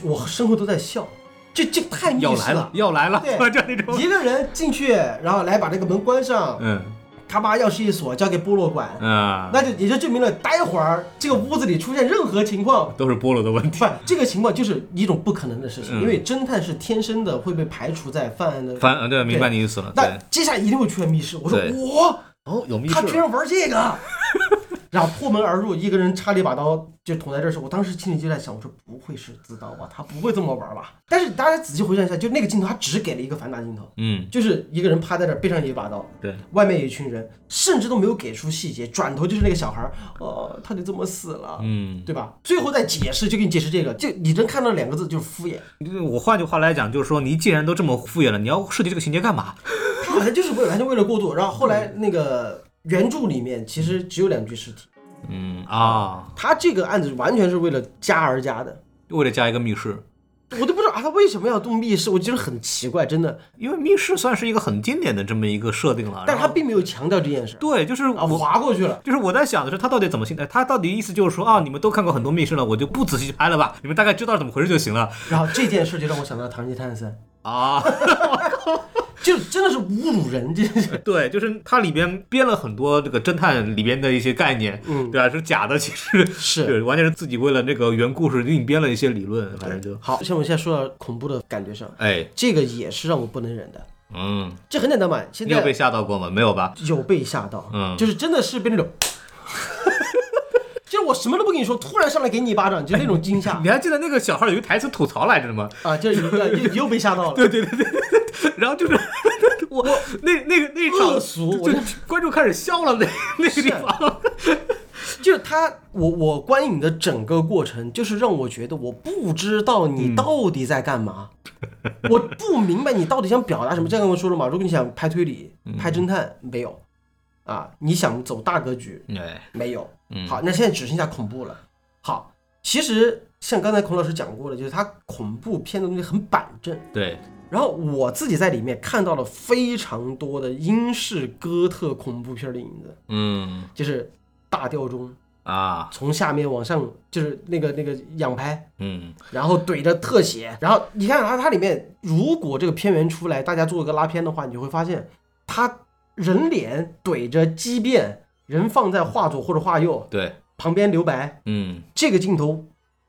Speaker 1: 我身后都在笑，这这太密
Speaker 2: 要
Speaker 1: 室
Speaker 2: 来 了，。要来了，
Speaker 1: 对
Speaker 2: 就那种，
Speaker 1: 一个人进去，然后来把这个门关上，
Speaker 2: 嗯
Speaker 1: 他把钥匙一锁，交给菠萝管，
Speaker 2: 啊，
Speaker 1: 那就也就证明了，待会儿这个屋子里出现任何情况，
Speaker 2: 都是菠萝的问题。
Speaker 1: 不，这个情况就是一种不可能的事情，
Speaker 2: 嗯
Speaker 1: 因为侦探是天生的会被排除在犯案的。
Speaker 2: 反啊，对，明白你意思了。
Speaker 1: 那
Speaker 2: 对，
Speaker 1: 接下来一定会出现密室。我说
Speaker 2: 对
Speaker 1: 哇，
Speaker 2: 哦，有密
Speaker 1: 他居
Speaker 2: 室，
Speaker 1: 然玩这个， 然后破门而入，一个人插了一把刀就捅在这儿时候，我当时心里就在想，我说不会是自刀吧？他不会这么玩吧？但是大家仔细回想一下，就那个镜头，他只给了一个反打镜头，
Speaker 2: 嗯，
Speaker 1: 就是一个人趴在这儿，背上一把刀，
Speaker 2: 对，
Speaker 1: 外面有一群人，甚至都没有给出细节，转头就是那个小孩儿，哦，他就这么死了，
Speaker 2: 嗯，
Speaker 1: 对吧？最后再解释，就给你解释这个，就你能看到两个字就是敷衍，
Speaker 2: 我换句话来讲，就是说，你既然都这么敷衍了，你要设计这个情节干嘛？
Speaker 1: 他好像就是为了完全为了过渡。然后后来那个原著里面其实只有两具尸体，
Speaker 2: 嗯啊，
Speaker 1: 他这个案子完全是为了加而加的，
Speaker 2: 为了加一个密室，
Speaker 1: 我都不知道啊他为什么要动密室，我觉得很奇怪，真的。
Speaker 2: 因为密室算是一个很经典的这么一个设定了。
Speaker 1: 但是他
Speaker 2: 然后
Speaker 1: 并没有强调这件事
Speaker 2: 对，就是
Speaker 1: 啊，
Speaker 2: 我
Speaker 1: 划过去了。
Speaker 2: 就是我在想的是，他到底怎么心态？他到底意思就是说啊，你们都看过很多密室了，我就不仔细拍了吧，你们大概知道怎么回事就行了
Speaker 1: 然后这件事就让我想到《唐人街探案三
Speaker 2: 啊。》，
Speaker 1: 就是真的是侮辱人，这是
Speaker 2: 对，就是它里边编了很多这个侦探里边的一些概念，
Speaker 1: 嗯
Speaker 2: 对吧、啊是假的，其实
Speaker 1: 是
Speaker 2: 对，完全是自己为了那个原故事硬编了一些理论，反正就
Speaker 1: 好。像我们现在说到恐怖的感觉上，
Speaker 2: 哎，
Speaker 1: 这个也是让我不能忍的。
Speaker 2: 嗯，
Speaker 1: 这很简单嘛，现
Speaker 2: 你有
Speaker 1: 在
Speaker 2: 被吓到过吗？没有吧？
Speaker 1: 有被吓到，
Speaker 2: 嗯
Speaker 1: 就是真的是被那种， 就是我什么都不跟你说，突然上来给你一巴掌，就那种惊吓
Speaker 2: 你还记得那个小孩有一个台词吐槽来着吗？
Speaker 1: 啊，就是又又又被吓到了。
Speaker 2: 对对对对对对，然后就是 我那那个那场
Speaker 1: 恶俗
Speaker 2: 就
Speaker 1: 我
Speaker 2: 就 观众开始笑了那那个地方，
Speaker 1: 就是他，我我观影的整个过程，就是让我觉得我不知道
Speaker 2: 嗯
Speaker 1: 你到底在干嘛，我不明白你到底想表达什么。这样跟我说了嘛，如果你想拍推理、拍
Speaker 2: 嗯
Speaker 1: 侦探，没有啊，你想走大格局，
Speaker 2: 哎，
Speaker 1: 没有。
Speaker 2: 嗯
Speaker 1: 好，那现在只剩下恐怖了。好，其实像刚才孔老师讲过的，就是他恐怖片的东西很板正。
Speaker 2: 对，
Speaker 1: 然后我自己在里面看到了非常多的英式哥特恐怖片的影子，
Speaker 2: 嗯
Speaker 1: 就是大吊钟
Speaker 2: 啊，
Speaker 1: 从下面往上，就是那个那个仰拍，
Speaker 2: 嗯
Speaker 1: 然后怼着特写。然后你看它它里面，如果这个片源出来，大家做一个拉片的话，你就会发现它人脸怼着畸变，人放在画左或者画右，
Speaker 2: 对，
Speaker 1: 旁边留白，
Speaker 2: 嗯
Speaker 1: 这个镜头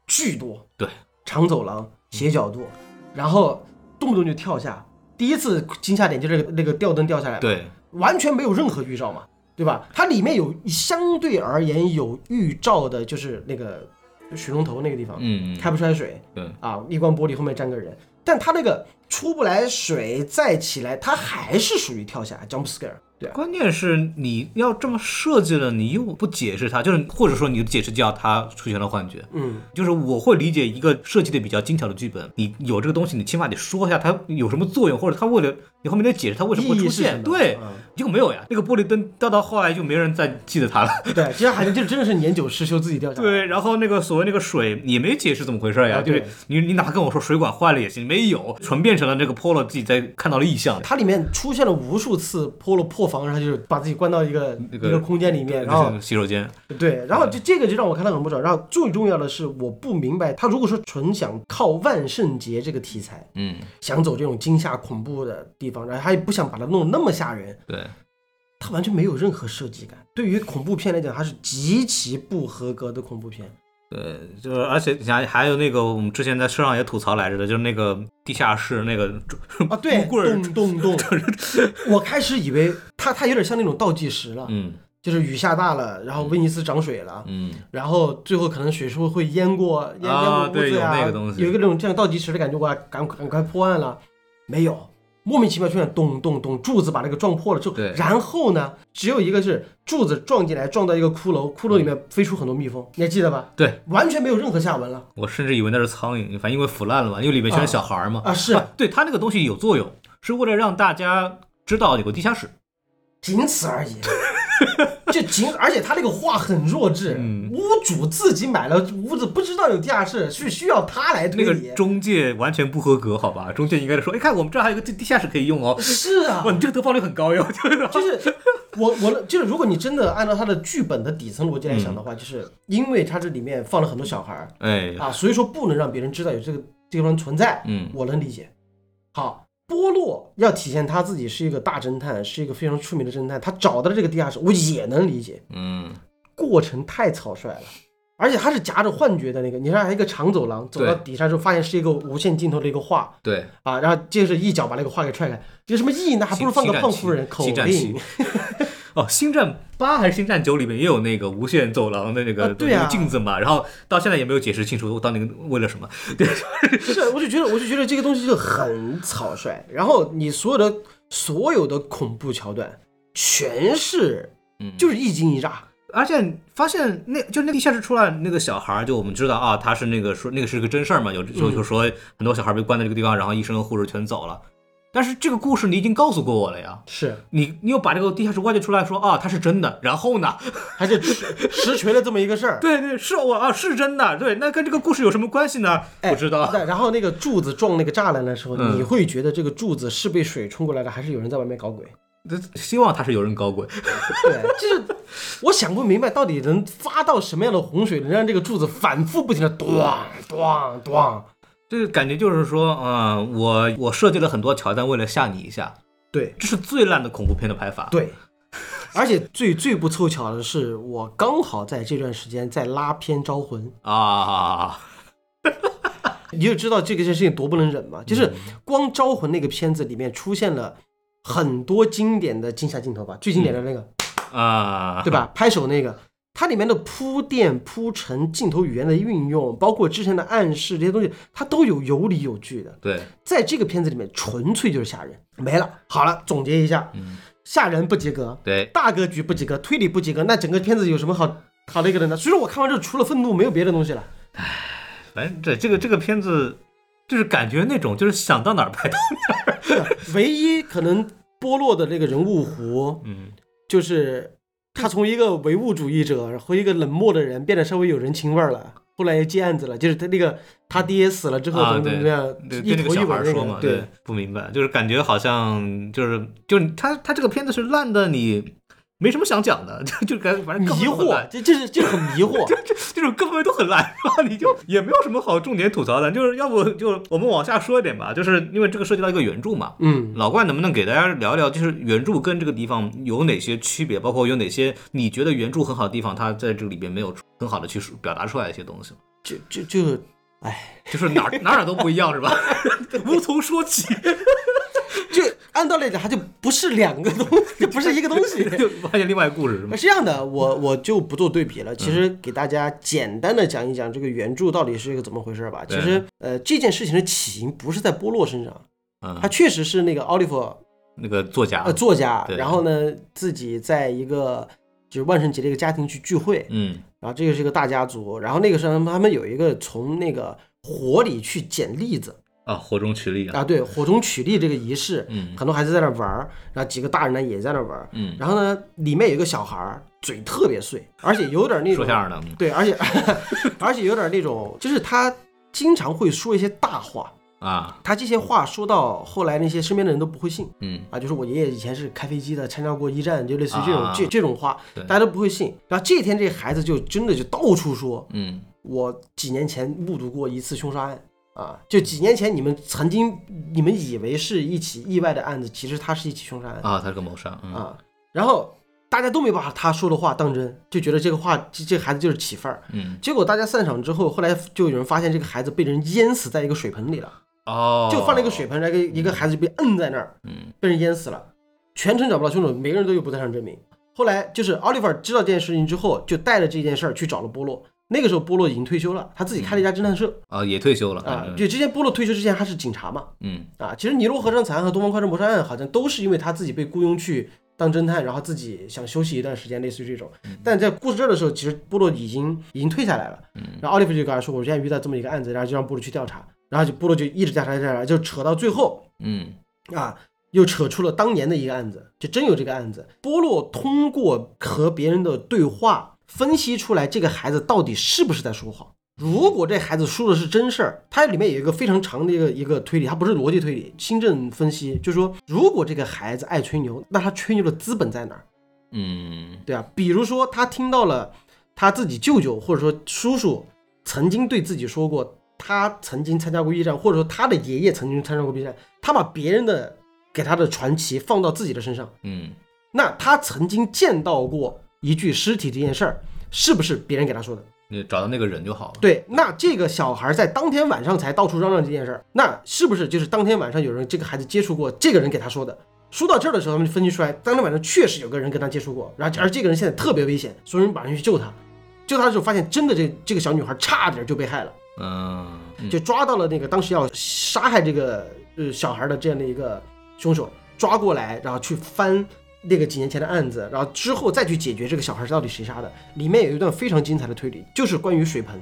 Speaker 1: 巨多，
Speaker 2: 对，嗯
Speaker 1: 长走廊、斜角度，然后动不动就跳下。第一次惊吓点就是那个那个吊灯掉下来，，
Speaker 2: 对，
Speaker 1: 完全没有任何预兆嘛，对吧？它里面有相对而言有预兆的，就是那个水龙头那个地方、
Speaker 2: 嗯
Speaker 1: 开不出来水，
Speaker 2: 对
Speaker 1: 啊，一关玻璃后面站个人，但它那个出不来水再起来，它还是属于跳下 jump scare，对啊，
Speaker 2: 关键是你要这么设计了，你又不解释它，就是或者说你的解释叫它出现了幻觉。
Speaker 1: 嗯，
Speaker 2: 就是我会理解一个设计的比较精巧的剧本，你有这个东西，你起码得说一下它有什么作用，或者它为了你后面得解释它为什么会
Speaker 1: 意
Speaker 2: 出
Speaker 1: 义是什
Speaker 2: 现。
Speaker 1: 么？
Speaker 2: 对，
Speaker 1: 嗯
Speaker 2: 结果没有呀，那个玻璃灯掉到后来就没人再记得它了。
Speaker 1: 对，其实好像就真的是年久失修自己掉下来。
Speaker 2: 对，然后那个所谓那个水也没解释怎么回事呀，
Speaker 1: 啊
Speaker 2: 就
Speaker 1: 对
Speaker 2: 是你你哪怕跟我说水管坏了也行，没有，纯变成了这个 Polo 自己在看到了异象。
Speaker 1: 它里面出现了无数次 Polo 破房，然后就是把自己关到一个
Speaker 2: 那
Speaker 1: 一
Speaker 2: 个
Speaker 1: 个空间里面，然后
Speaker 2: 洗手间，
Speaker 1: 对，然后就这个就让我看到很不爽。然后最重要的是，我不明白他如果说纯想靠万圣节这个题材，
Speaker 2: 嗯，
Speaker 1: 想走这种惊吓恐怖的地方，然后他也不想把它弄得那么吓人，
Speaker 2: 对，
Speaker 1: 他完全没有任何设计感。对于恐怖片来讲，它是极其不合格的恐怖片。
Speaker 2: 对，呃就是而且你还还有那个我们之前在车上也吐槽来着的，就是那个地下室那个
Speaker 1: 啊，对，
Speaker 2: 木棍儿
Speaker 1: 咚咚咚！我开始以为它它有点像那种倒计时了，
Speaker 2: 嗯
Speaker 1: 就是雨下大了，然后威尼斯涨水了，
Speaker 2: 嗯，
Speaker 1: 然后最后可能水是不是会淹过淹淹
Speaker 2: 啊
Speaker 1: 过屋
Speaker 2: 对
Speaker 1: 子呀、
Speaker 2: 有那个东西
Speaker 1: 有一个这种这样倒计时的感觉，哇，赶赶快破案了，没有。莫名其妙出现咚咚咚，柱子把那个撞破了之后
Speaker 2: 对，
Speaker 1: 然后呢，只有一个是柱子撞进来，撞到一个骷髅，骷髅里面飞出很多蜜蜂，你还记得吧？
Speaker 2: 嗯对，
Speaker 1: 完全没有任何下文 了
Speaker 2: 我甚至以为那是苍蝇，反正因为腐烂了嘛，因为里面全是小孩儿嘛，
Speaker 1: 啊！是，
Speaker 2: 对它那个东西有作用，是为了让大家知道有个地下室，
Speaker 1: 仅此而 已。就仅，而且他那个话很弱智，
Speaker 2: 嗯
Speaker 1: 屋主自己买了屋子，不知道有地下室，是需要他来
Speaker 2: 那
Speaker 1: 推
Speaker 2: 个
Speaker 1: 理。
Speaker 2: 中介完全不合格，好吧？中介应该是说，哎，看我们这儿还有个地地下室可以用哦，
Speaker 1: 是啊
Speaker 2: 哇，，你这个得报率很高哟， 就是
Speaker 1: 就是我我就是，如果你真的按照他的剧本的底层逻辑来想的
Speaker 2: 嗯
Speaker 1: 话，就是因为他这里面放了很多小孩儿
Speaker 2: 哎，
Speaker 1: 啊，所以说不能让别人知道有这个这个地方存在，
Speaker 2: 嗯
Speaker 1: 我能理解。好，波洛要体现他自己是一个大侦探，是一个非常出名的侦探，他找到了这个地下室，我也能理解。
Speaker 2: 嗯，
Speaker 1: 过程太草率了，而且它是夹着幻觉的那个，你看还有一个长走廊，走到底下之后发现是一个无限尽头的一个画
Speaker 2: 对，
Speaker 1: 啊，然后接着一脚把那个画给踹开，有什么意义呢？还不如放个胖夫人口
Speaker 2: 星战七
Speaker 1: 令。
Speaker 2: 哦，《星战八》还是《星战九》里面也有那个无限走廊的那个、
Speaker 1: 啊对啊
Speaker 2: 那个镜子嘛，然后到现在也没有解释清楚我当年为了什么。对，
Speaker 1: 是，我就觉得，我就觉得这个东西就很草率。然后你所有的所有的恐怖桥段，全是
Speaker 2: 嗯
Speaker 1: 就是一惊一乍。
Speaker 2: 而且发现那就那地下室出来那个小孩儿，就我们知道啊，他是那个说那个是个真事儿嘛，有就就说很多小孩被关在这个地方，然后医生和护士全走了。但是这个故事你已经告诉过我了呀，
Speaker 1: 是，
Speaker 2: 你你又把这个地下室挖掘出来说啊，它是真的，然后呢？
Speaker 1: 还是实实锤了这么一个事儿。
Speaker 2: 对对，是我啊，是真的，对，那跟这个故事有什么关系呢？
Speaker 1: 哎
Speaker 2: 不知道。
Speaker 1: 对，然后那个柱子撞那个栅栏的时候，
Speaker 2: 啊嗯
Speaker 1: 你会觉得这个柱子是被水冲过来的，还是有人在外面搞 鬼？
Speaker 2: 希望他是有人搞 鬼。
Speaker 1: 对，就是我想不明白，到底能发到什么样的洪水，能让这个柱子反复不停的咣咣咣？
Speaker 2: 就是感觉就是说，嗯，我我设计了很多桥段，为了吓你一下，
Speaker 1: 对
Speaker 2: 这是最烂的恐怖片的拍法。
Speaker 1: 对，而且最最不凑巧的是，我刚好在这段时间在拉片《招魂》，
Speaker 2: 啊，
Speaker 1: 你就知道这个事情多不能忍嘛。就是光《招魂》那个片子里面出现了很多经典的惊吓镜头吧，最经典的那个，
Speaker 2: 啊，
Speaker 1: 对？吧？拍手那个，它里面的铺垫、铺陈、镜头语言的运用，包括之前的暗示这些东西，它都有有理有据的。
Speaker 2: 对，
Speaker 1: 在这个片子里面，纯粹就是吓人，没了。好了，总结一下，吓人不及格，
Speaker 2: 对，
Speaker 1: 大格局不及格，推理不及格，那整个片子有什么好好那个的呢？所以说我看完之后，除了愤怒，没有别的东西了。
Speaker 2: 反正这这个这个片子，就是感觉那种就是想到哪儿拍到哪儿。
Speaker 1: 唯一可能剥落的那个人物弧，
Speaker 2: 嗯，
Speaker 1: 就是他从一个唯物主义者和一个冷漠的人，变得稍微有人情味儿了。后来也接案子了，就是他那个他爹死了之后
Speaker 2: 啊
Speaker 1: 怎么怎么样，
Speaker 2: 对，
Speaker 1: 一
Speaker 2: 对那个
Speaker 1: 头一
Speaker 2: 小
Speaker 1: 尾
Speaker 2: 孩
Speaker 1: 的
Speaker 2: 儿
Speaker 1: 那
Speaker 2: 说
Speaker 1: 个
Speaker 2: 嘛，
Speaker 1: 对
Speaker 2: 对，，不明白，就是感觉好像就是就是他他这个片子是烂的，你没什么想讲的， 就就感觉反正
Speaker 1: 迷
Speaker 2: 各方面都很烂
Speaker 1: 惑，这这是这很迷 惑。
Speaker 2: 这种各方面都很烂， 是吧？你就也没有什么好重点吐槽的，就是要不就我们往下说一点吧，就是因为这个涉及到一个原著嘛。
Speaker 1: 嗯，
Speaker 2: 老怪能不能给大家聊一聊，就是原著跟这个地方有哪些区别，包括有哪些你觉得原著很好的地方，它在这里边没有很好的去表达出来一些东西，
Speaker 1: 就就就，哎。
Speaker 2: 就是哪儿哪儿哪儿都不一样， 是吧？无从说起，
Speaker 1: 就按道理讲，它就不是两个东西， 就不是一个东西。
Speaker 2: 就发现另外一个故事是吗？
Speaker 1: 是这样的，我我就不做对比了。其
Speaker 2: 嗯
Speaker 1: 实给大家简单的讲一讲这个原著到底是一个怎么回事吧。
Speaker 2: 对
Speaker 1: 其实，呃，这件事情的起因不是在波洛身上，
Speaker 2: 嗯
Speaker 1: 他，确实是那个奥利弗
Speaker 2: 那个作家
Speaker 1: 呃，作家，
Speaker 2: 嗯对
Speaker 1: 然后呢自己在一个就是万圣节的一个家庭去聚会，
Speaker 2: 嗯
Speaker 1: 然后这个是一个大家族，然后那个时候他们他们有一个从那个火里去捡栗子
Speaker 2: 啊，火中取栗啊，
Speaker 1: 啊，对，火中取栗这个仪式，
Speaker 2: 嗯
Speaker 1: 很多孩子在那玩儿，然后几个大人呢也在那玩儿，
Speaker 2: 嗯，
Speaker 1: 然后呢，里面有一个小孩儿，嘴特别碎，而且有点那
Speaker 2: 说
Speaker 1: 种，
Speaker 2: 相声的，嗯
Speaker 1: 对，而且而且有点那种，就是他经常会说一些大话，
Speaker 2: 啊，
Speaker 1: 他这些话说到后来，那些身边的人都不会信
Speaker 2: 嗯，
Speaker 1: 啊，就是我爷爷以前是开飞机的，参加过一战，就类似于这种、
Speaker 2: 啊
Speaker 1: 这这种话
Speaker 2: 对，
Speaker 1: 大家都不会信。然后这天这孩子就真的就到处说，
Speaker 2: 嗯，
Speaker 1: 我几年前目睹过一次凶杀案啊，就几年前你们曾经你们以为是一起意外的案子，其实它是一起凶杀案
Speaker 2: 啊，他是个谋杀，嗯，
Speaker 1: 啊。然后大家都没把他说的话当真，就觉得这个话这这孩子就是起范儿。
Speaker 2: 嗯，
Speaker 1: 结果大家散场之后，后来就有人发现这个孩子被人淹死在一个水盆里了。
Speaker 2: 哦，
Speaker 1: 就放了一个水，盆，然后一个一个孩子就被摁在那儿，
Speaker 2: 嗯，
Speaker 1: 被人淹死了，全程找不到凶手，每个人都有不在场证明。后来就是奥利弗知道这件事情之后，就带着这件事儿去找了波洛。那个时候波洛已经退休了，他自己开了一家侦探社
Speaker 2: 啊，也退休了
Speaker 1: 啊。
Speaker 2: 反正
Speaker 1: 就之前波洛退休之前他是警察嘛
Speaker 2: 嗯，
Speaker 1: 啊。其实尼罗河上惨案和东方快车谋杀案好像都是因为他自己被雇佣去当侦探，然后自己想休息一段时间，类似于这种。但在故事这儿的时候，其实波洛已经已经退下来了。然后奥利弗就跟他说：“我现在遇到这么一个案子，然后就让波洛去调查。”然后就波洛就一直调查调查，调查就扯到最后，
Speaker 2: 嗯，
Speaker 1: 啊，又扯出了当年的一个案子，就真有这个案子。波洛通过和别人的对话分析出来，这个孩子到底是不是在说谎。如果这孩子说的是真事儿，它里面有一个非常长的一个一个推理，它不是逻辑推理，新政分析，就是说，如果这个孩子爱吹牛，那他吹牛的资本在哪儿？
Speaker 2: 嗯，
Speaker 1: 对啊，比如说他听到了他自己舅舅或者说叔叔曾经对自己说过，他曾经参加过一战，或者说他的爷爷曾经参加过 B 战，他把别人的给他的传奇放到自己的身上，
Speaker 2: 嗯，
Speaker 1: 那他曾经见到过一具尸体这件事儿，是不是别人给他说的？
Speaker 2: 你嗯找到那个人就好了，
Speaker 1: 对，那这个小孩在当天晚上才到处嚷嚷这件事儿，那是不是就是当天晚上有人这个孩子接触过这个人给他说的？说到这儿的时候，他们就分析出来，当天晚上确实有个人跟他接触过，然后而这个人现在特别危险，所有人马上去救他。救他的时候发现，真的这这个小女孩差点就被害了，
Speaker 2: 嗯，嗯，
Speaker 1: 就抓到了那个当时要杀害这个呃小孩的这样的一个凶手，抓过来，然后去翻那个几年前的案子，然后之后再去解决这个小孩到底谁杀的。里面有一段非常精彩的推理，就是关于水盆。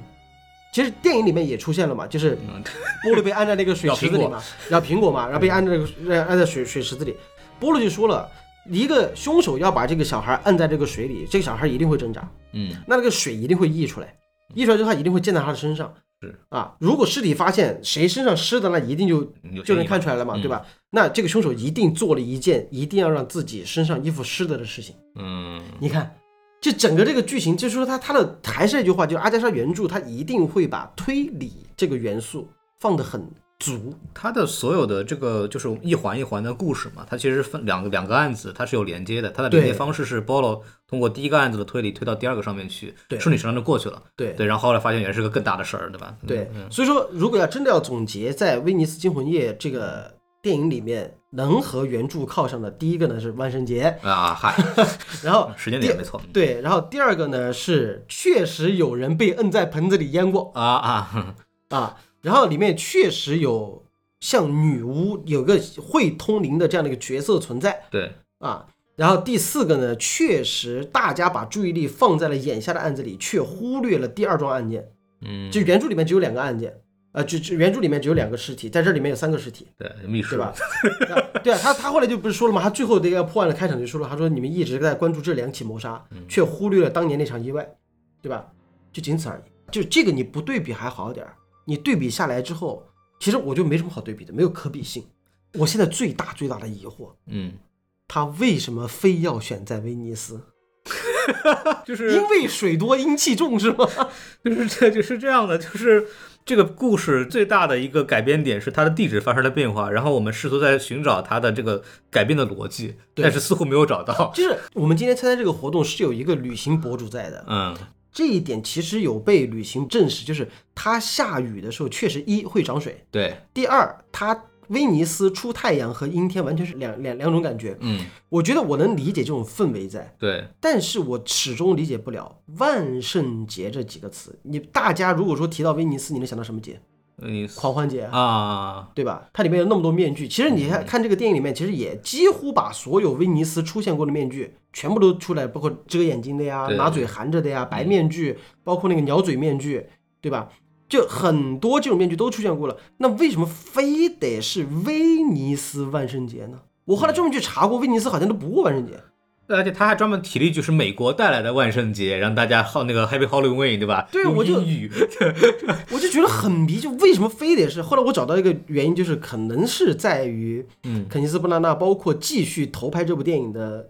Speaker 1: 其实电影里面也出现了嘛，就是
Speaker 2: 嗯
Speaker 1: 波洛被按在那个水池子里嘛， 要苹果嘛，然后被按在那个按在水水池子里。波洛就说了，一个凶手要把这个小孩按在这个水里，这个小孩一定会挣扎，
Speaker 2: 嗯，
Speaker 1: 那那个水一定会溢出来，溢出来之后它一定会溅到他的身上。
Speaker 2: 是
Speaker 1: 啊，如果尸体发现谁身上湿的，那一定就
Speaker 2: 有
Speaker 1: 就
Speaker 2: 嫌疑
Speaker 1: 能看
Speaker 2: 吧
Speaker 1: 出来了嘛，
Speaker 2: 嗯
Speaker 1: 对吧？那这个凶手一定做了一件一定要让自己身上衣服湿的的事情。
Speaker 2: 嗯，
Speaker 1: 你看，这整个这个剧情，就是说他他的还是那句话，就是阿加莎原著，他一定会把推理这个元素放得很足。
Speaker 2: 他的所有的这个就是一环一环的故事嘛，它其实分两个两个案子，它是有连接的，它的连接
Speaker 1: 对
Speaker 2: 方式是 Bolo 通过第一个案子的推理推到第二个上面去，
Speaker 1: 对
Speaker 2: 顺理成章就过去了，
Speaker 1: 对
Speaker 2: 对，然后后来发现原来是个更大的事儿，对吧？嗯
Speaker 1: 对，所以说如果要真的要总结，在《威尼斯惊魂夜》这个电影里面，能和原著靠上的，第一个呢是万圣节，
Speaker 2: 嗯啊，嗨，
Speaker 1: 然后
Speaker 2: 时间点
Speaker 1: 第
Speaker 2: 没错，嗯
Speaker 1: 对，然后第二个呢是确实有人被摁在盆子里淹过
Speaker 2: 啊啊，
Speaker 1: 啊，然后里面确实有像女巫有个会通灵的这样的一个角色存在，
Speaker 2: 对，
Speaker 1: 啊。然后第四个呢，确实大家把注意力放在了眼下的案子里，却忽略了第二桩案件。
Speaker 2: 嗯，
Speaker 1: 就原著里面只有两个案件，呃，就就原著里面只有两个尸体，在这里面有三个尸体，
Speaker 2: 对，密室
Speaker 1: 对吧？那 对啊，他他后来就不是说了吗？他最后的一个破案的开场就说了，他说你们一直在关注这两起谋杀，却忽略了当年那场意外，对吧？就仅此而已。就这个你不对比还好点儿，你对比下来之后，其实我就没什么好对比的，没有可比性。我现在最大最大的疑惑，
Speaker 2: 嗯，
Speaker 1: 他为什么非要选在威尼斯？
Speaker 2: 就是
Speaker 1: 因为水多阴气重是吗？
Speaker 2: 就是这就是这样的，就是这个故事最大的一个改编点是它的地址发生了变化，然后我们试图在寻找它的这个改变的逻辑，
Speaker 1: 对
Speaker 2: 但是似乎没有找到。
Speaker 1: 就是我们今天参加这个活动是有一个旅行博主在的，
Speaker 2: 嗯，
Speaker 1: 这一点其实有被旅行证实，就是它下雨的时候确实一会涨水，
Speaker 2: 对，
Speaker 1: 第二它威尼斯出太阳和阴天完全是两两两种感觉。
Speaker 2: 嗯，
Speaker 1: 我觉得我能理解这种氛围在，
Speaker 2: 对，
Speaker 1: 但是我始终理解不了万圣节这几个词。你大家如果说提到威尼斯，你能想到什么节？
Speaker 2: 你
Speaker 1: 狂欢节啊
Speaker 2: 啊，
Speaker 1: 对吧？它里面有那么多面具，其实你看看这个电影里面，其实也几乎把所有威尼斯出现过的面具全部都出来，包括遮眼睛的呀、
Speaker 2: 对
Speaker 1: 拿嘴含着的呀、白面具，包括那个鸟嘴面具，对吧？就很多这种面具都出现过了，那为什么非得是威尼斯万圣节呢？我后来专门去查过，威尼斯好像都不过万圣节，
Speaker 2: 而且他还专门提了一句是美国带来的万圣节，让大家好那个 Happy Halloween，对吧？
Speaker 1: 对
Speaker 2: 用
Speaker 1: 我就
Speaker 2: 英 语
Speaker 1: 我就觉得很迷，就为什么非得是？后来我找到一个原因，就是可能是在于，
Speaker 2: 嗯，
Speaker 1: 肯尼斯·布拉纳包括继续投拍这部电影的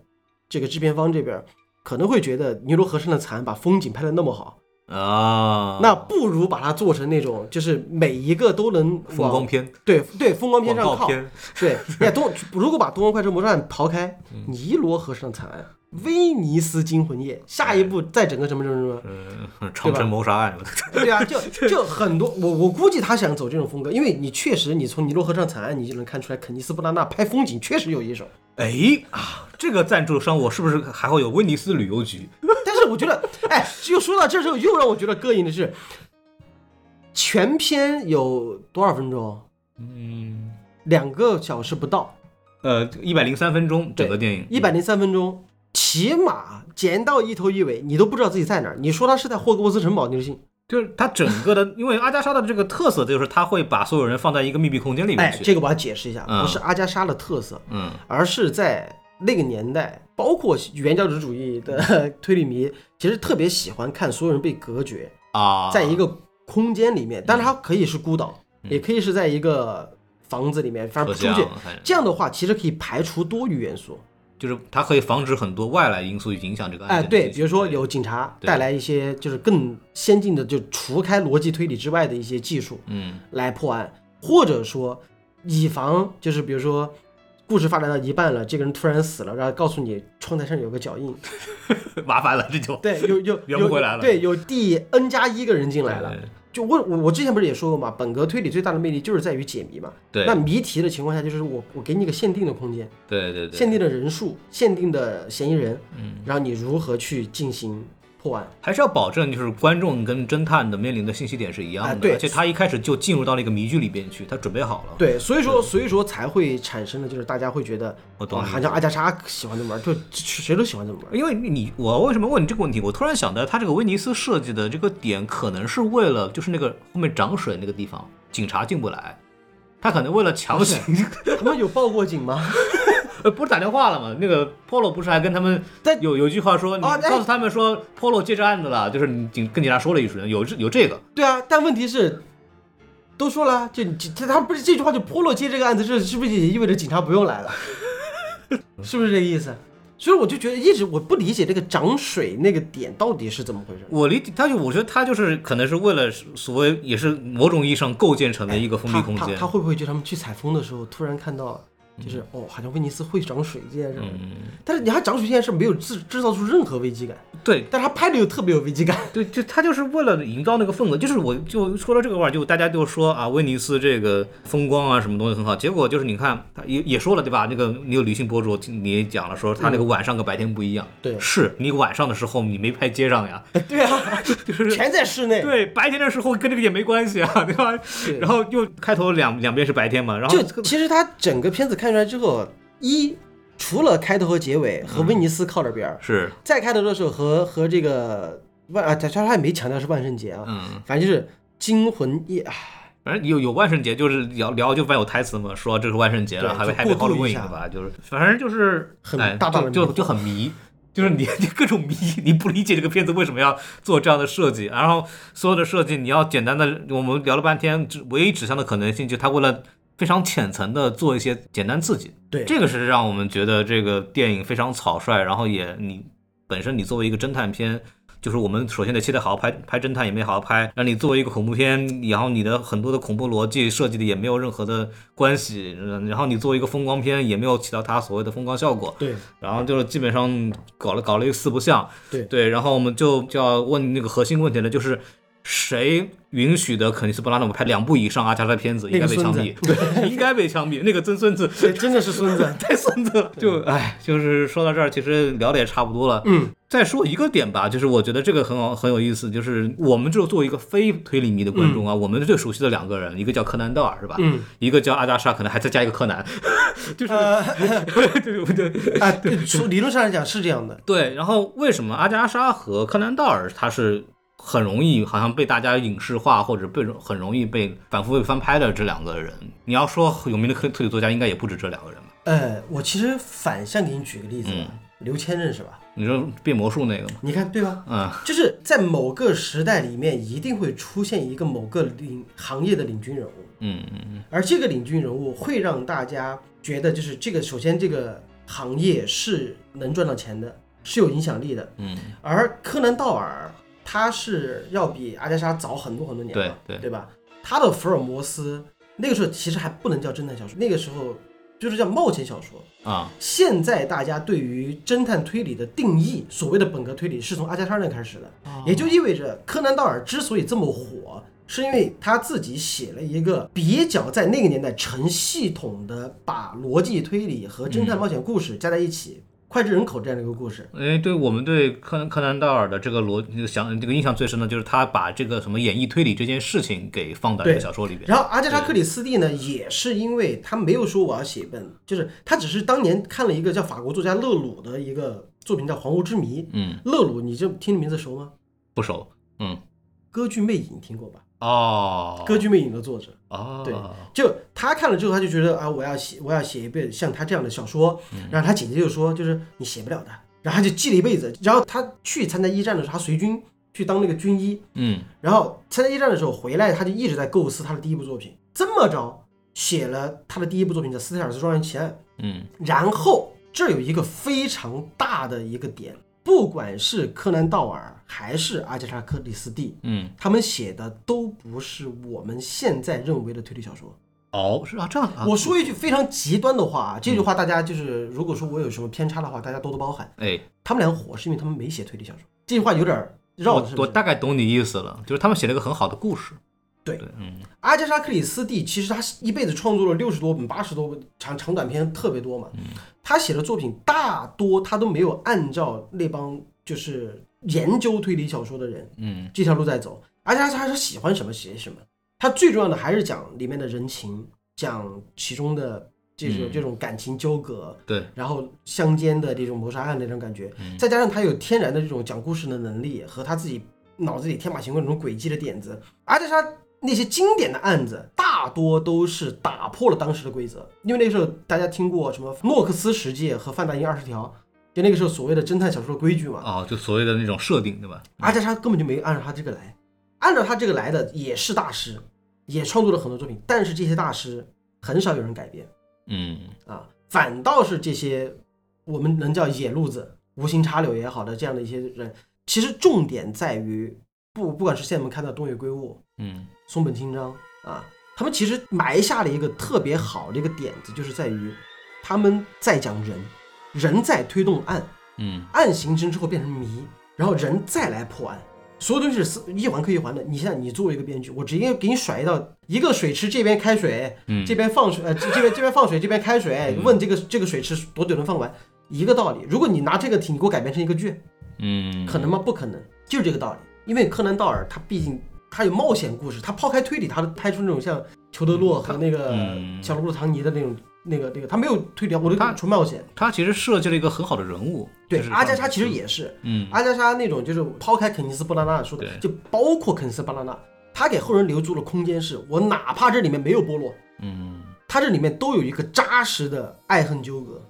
Speaker 1: 这个制片方这边儿，可能会觉得尼罗河上的蚕把风景拍的那么好，
Speaker 2: 啊，
Speaker 1: 那不如把它做成那种就是每一个都能
Speaker 2: 风
Speaker 1: 往
Speaker 2: 光片、
Speaker 1: 对对风光片
Speaker 2: 广
Speaker 1: 上
Speaker 2: 告
Speaker 1: 靠，
Speaker 2: 片，
Speaker 1: 对，你看东如果把《东方快车谋杀案》刨开，
Speaker 2: 嗯
Speaker 1: 尼罗河上的惨案、威尼斯惊魂夜，下一步再整个什么什么什么。
Speaker 2: 嗯，长城谋杀案，
Speaker 1: 对啊，就就很多，我我估计他想走这种风格，因为你确实你从《尼罗河上惨案》你就能看出来，肯尼斯·布拉纳拍风景确实有一手，
Speaker 2: 哎啊，这个赞助商我是不是还会有威尼斯旅游局？
Speaker 1: 但是我觉得，哎，就说到这时候又让我觉得膈应的是，全片有多少分钟？
Speaker 2: 嗯，
Speaker 1: 两个小时不到，
Speaker 2: 呃，一百零三分钟整个电影，
Speaker 1: 一百零三分钟，起码剪到一头一尾，你都不知道自己在哪儿。你说他是在霍格沃兹城堡，你就信？
Speaker 2: 就是它整个的，因为阿加莎的这个特色就是它会把所有人放在一个密闭空间里面
Speaker 1: 哎，
Speaker 2: 去，
Speaker 1: 这个我要解释一下，
Speaker 2: 嗯
Speaker 1: 不是阿加莎的特色，
Speaker 2: 嗯，
Speaker 1: 而是在那个年代，包括原教旨主义的 推理迷，其实特别喜欢看所有人被隔绝，
Speaker 2: 啊，
Speaker 1: 在一个空间里面，但是它可以是孤岛，也可以是在一个房子里面，反正
Speaker 2: 车
Speaker 1: 出去
Speaker 2: 厢。，反正
Speaker 1: 这样的话，其实可以排除多余元素。
Speaker 2: 就是它可以防止很多外来因素影响这个案
Speaker 1: 哎，
Speaker 2: 件的进行。
Speaker 1: 对，比如说有警察
Speaker 2: 对
Speaker 1: 带来一些就是更先进的，就除开逻辑推理之外的一些技术
Speaker 2: 嗯
Speaker 1: 来破案，或者说以防就是比如说故事发展到一半了，这个人突然死了，然后告诉你窗台上有个脚 印，
Speaker 2: 麻烦了，这就
Speaker 1: 对，有有有
Speaker 2: 圆不回来了
Speaker 1: 对，有第 n 加一个人进来了
Speaker 2: 对。
Speaker 1: 就我我我之前不是也说过嘛，本格推理最大的魅力就是在于解谜嘛。
Speaker 2: 对
Speaker 1: 那谜题的情况下，就是我我给你一个限定的空间，
Speaker 2: 对对对，
Speaker 1: 限定的人数，限定的嫌疑人，嗯，然后你如何去进行破案？
Speaker 2: 还是要保证就是观众跟侦探的面临的信息点是一样的，
Speaker 1: 哎对
Speaker 2: 而且他一开始就进入到了一个迷局里边去，他准备好了。
Speaker 1: 对，所以说所以说才会产生的就是大家会觉得，
Speaker 2: 我懂
Speaker 1: 哇
Speaker 2: 你
Speaker 1: 好像阿加莎喜欢这么玩，就谁都喜欢这么玩。
Speaker 2: 因为你我为什么问你这个问题？我突然想到，他这个威尼斯设计的这个点，可能是为了就是那个后面涨水那个地方，警察进不来，他可能为了强行，
Speaker 1: 他们有报过警吗？
Speaker 2: 呃，不是打电话了吗？那个 Polo 不是还跟他们
Speaker 1: 但
Speaker 2: 有有一句话说，你
Speaker 1: 哦哎
Speaker 2: 告诉他们说 Polo 接这案子了，就是你警跟警察说了一声，有这有这个，
Speaker 1: 对啊，但问题是，都说了啊，就你这他不是这句话就 Polo 接这个案子，这是不是也意味着警察不用来了？ 是不是这个意思？所以我就觉得一直我不理解这个涨水那个点到底是怎么回事。
Speaker 2: 我理解，他就我觉得他就是可能是为了所谓也是某种意义上构建成的一个封闭
Speaker 1: 哎他
Speaker 2: 空
Speaker 1: 他
Speaker 2: 间
Speaker 1: 他。会不会就他们去采风的时候突然看到，就是、哦，好像威尼斯会涨水这件事儿，
Speaker 2: 嗯
Speaker 1: 但是你看涨水这件事没有制制造出任何危机感，
Speaker 2: 对
Speaker 1: 但是他拍的又特别有危机感。
Speaker 2: 对，就他就是为了营造那个氛围，就是我就说到这个话，就大家就说啊，威尼斯这个风光啊，什么东西很好。结果就是你看，他也也说了对吧？那个你有理性博主，你也讲了说他那个晚上跟白天不一样。
Speaker 1: 嗯对
Speaker 2: 是你晚上的时候你没拍街上呀，
Speaker 1: 对啊， 全在室内。
Speaker 2: 对，白天的时候跟这个也没关系啊，对吧？
Speaker 1: 对
Speaker 2: 然后又开头两两边是白天嘛，然后
Speaker 1: 就其实他整个片子看出来之后，一除了开头和结
Speaker 2: 嗯
Speaker 1: 尾和威尼斯靠着边儿，
Speaker 2: 是
Speaker 1: 再开头的时候和和这个万啊，他他也没强调是万圣节啊，
Speaker 2: 嗯，
Speaker 1: 反正就是惊魂夜，啊
Speaker 2: 反正有有万圣节，就是聊聊就反正有台词嘛，说这是万圣节了，
Speaker 1: 对
Speaker 2: 还会
Speaker 1: 就
Speaker 2: 还会
Speaker 1: 过
Speaker 2: Halloween
Speaker 1: 渡一下
Speaker 2: 吧，就是反正就是
Speaker 1: 很
Speaker 2: 哎
Speaker 1: 大大的
Speaker 2: 就
Speaker 1: 迷
Speaker 2: 就
Speaker 1: 惑
Speaker 2: 就很迷，就是你 你各种迷，你不理解这个片子为什么要做这样的设计，然后所有的设计你要简单的，我们聊了半天，只唯一指向的可能性就是他为了。非常浅层的做一些简单刺激，
Speaker 1: 对
Speaker 2: 这个是让我们觉得这个电影非常草率，然后也你本身你作为一个侦探片，就是我们首先得期待好好拍拍侦探也没好好拍，那你作为一个恐怖片，然后你的很多的恐怖逻辑设计的也没有任何的关系，嗯然后你作为一个风光片也没有起到它所谓的风光效果，
Speaker 1: 对
Speaker 2: 然后就是基本上搞了搞了一个四不像，
Speaker 1: 对
Speaker 2: 对，然后我们就就要问那个核心问题了，就是。谁允许的肯尼斯·布拉纳姆拍两部以上阿加莎的片子，应
Speaker 1: 那
Speaker 2: 该
Speaker 1: 个
Speaker 2: 被枪毙，对，应该被枪毙。那个曾孙子。
Speaker 1: 对，真的是孙子
Speaker 2: 太孙子了，就哎，就是说到这儿，其实聊的也差不多了。
Speaker 1: 嗯，
Speaker 2: 再说一个点吧，就是我觉得这个很好很有意思，就是我们就作为一个非推理迷的观众啊，我们最熟悉的两个人，一个叫柯南道尔是吧？
Speaker 1: 嗯，
Speaker 2: 一个叫阿加莎，可能还再加一个柯南， 就是对对对
Speaker 1: 啊， 对从理论上来讲是这样的，
Speaker 2: 对。然后为什么阿加莎和柯南道尔他是？很容易，好像被大家影视化，或者被很容易被反复被翻拍的这两个人。你要说有名的推推理作家，应该也不止这两个人吧？嗯
Speaker 1: 呃，我其实反向给你举个例子吧，刘谦认识吧？
Speaker 2: 你说变魔术那个吗？
Speaker 1: 你看对吧？
Speaker 2: 啊，
Speaker 1: 就是在某个时代里面，一定会出现一个某个领行业的领军人物，
Speaker 2: 嗯嗯
Speaker 1: 而这个领军人物会让大家觉得，就是这个首先这个行业是能赚到钱的，是有影响力的。
Speaker 2: 嗯，
Speaker 1: 而柯南道尔他是要比阿加莎早很多很多年嘛，
Speaker 2: 对对
Speaker 1: 吧？他的福尔摩斯那个时候其实还不能叫侦探小说，那个时候就是叫冒险小说。
Speaker 2: 嗯啊，
Speaker 1: 现在大家对于侦探推理的定义，所谓的本格推理是从阿加莎那开始的，也就意味着柯南道尔之所以这么火，是因为他自己写了一个比较在那个年代成系统的把逻辑推理和侦探冒险故事加在一起，脍炙人口这样的一个故事。
Speaker 2: 因为对我们对柯南柯南道尔的这个逻那个想这个印象最深的就是他把这个什么演绎推理这件事情给放到这个
Speaker 1: 对
Speaker 2: 小说里边。
Speaker 1: 然后阿加莎·克里斯蒂呢，也是因为他没有说我要写一本，就是他只是当年看了一个叫法国作家勒鲁的一个作品叫《黄屋之谜》。
Speaker 2: 嗯，
Speaker 1: 勒鲁，你这听名字熟吗？
Speaker 2: 不熟。嗯，
Speaker 1: 《歌剧魅影》听过吧？
Speaker 2: 哦
Speaker 1: 《歌剧魅影》的作者，
Speaker 2: 哦，
Speaker 1: 对就他看了之后，他就觉得啊，我要写，我要写一本像他这样的小说。然后他姐姐就说，就是你写不了的。然后他就记了一辈子。然后他去参加一战的时候，他随军去当那个军医。
Speaker 2: 嗯
Speaker 1: 然后参加一战的时候回来，他就一直在构思他的第一部作品。这么着，写了他的第一部作品叫《斯泰尔斯庄园奇案
Speaker 2: 嗯》。
Speaker 1: 然后这有一个非常大的一个点，不管是柯南道尔还是阿加莎·克里斯蒂，
Speaker 2: 嗯，
Speaker 1: 他们写的都不是我们现在认为的推理小说。
Speaker 2: 哦，是啊，这样啊，嗯
Speaker 1: 我说一句非常极端的话啊，这句话大家就是，如果说我有什么偏差的话，大家多多包涵。
Speaker 2: 哎，
Speaker 1: 他们俩火是因为他们没写推理小说，这句话有点儿绕，
Speaker 2: 我
Speaker 1: 是不
Speaker 2: 我
Speaker 1: 是？
Speaker 2: 大概懂你意思了，就是他们写了一个很好的故事。
Speaker 1: 对
Speaker 2: 嗯
Speaker 1: 阿加莎·克里斯蒂其实她一辈子创作了六十多本、八十多本长长短篇，特别多
Speaker 2: 嗯
Speaker 1: 嘛。她写的作品大多她都没有按照那帮就是研究推理小说的人
Speaker 2: 嗯
Speaker 1: 这条路在走，而且她是喜欢什么写什么。她最重要的还是讲里面的人情，讲其中的这种、
Speaker 2: 嗯
Speaker 1: 这种感情纠葛，
Speaker 2: 对，
Speaker 1: 然后乡间的这种谋杀案的那种感觉，再加上他有天然的这种讲故事的能力和他自己脑子里天马行空的那种诡计的点子，而且他那些经典的案子大多都是打破了当时的规则，因为那个时候大家听过什么诺克斯十诫和范达因二十条，就那个时候所谓的侦探小说的规矩嘛，
Speaker 2: 哦，就所谓的那种设定，对吧？
Speaker 1: 阿加莎根本就没按照他这个来，按照他这个来的也是大师，也创作了很多作品，但是这些大师很少有人改变
Speaker 2: 嗯
Speaker 1: 啊，反倒是这些我们能叫野路子、无心插柳也好的这样的一些人，其实重点在于不不管是现在我们看到东野圭吾、
Speaker 2: 嗯
Speaker 1: 松本清张啊，他们其实埋下了一个特别好的一个点子，就是在于他们在讲人，人在推动案，
Speaker 2: 嗯
Speaker 1: 案形成之后变成谜，然后人再来破案，所有东西是丝一环扣一环的。你现在你作为一个编剧，我直接给你甩一道一个水池这边开水，
Speaker 2: 嗯，
Speaker 1: 这边放水，呃，这这边这边放水，这边开水，问这个这个水池多久能放完，一个道理。如果你拿这个题，你给我改编成一个剧，
Speaker 2: 嗯
Speaker 1: 可能吗？不可能，就是这个道理。因为柯南道尔他毕竟他有冒险故事，他抛开推理，他拍出那种像裘德洛和那个
Speaker 2: 嗯
Speaker 1: 小罗伯特唐尼的那种那个那个，他没有推理，我就
Speaker 2: 他
Speaker 1: 纯冒险。
Speaker 2: 他其实设计了一个很好的人物，
Speaker 1: 对
Speaker 2: 就，是
Speaker 1: 阿加
Speaker 2: 让
Speaker 1: 莎其实也是，
Speaker 2: 嗯
Speaker 1: 阿加莎那种就是抛开肯尼斯·布拉纳说的
Speaker 2: 对，
Speaker 1: 就包括肯尼斯·布拉纳，他给后人留住了空间是，我哪怕这里面没有波洛，
Speaker 2: 嗯，
Speaker 1: 他这里面都有一个扎实的爱恨纠葛。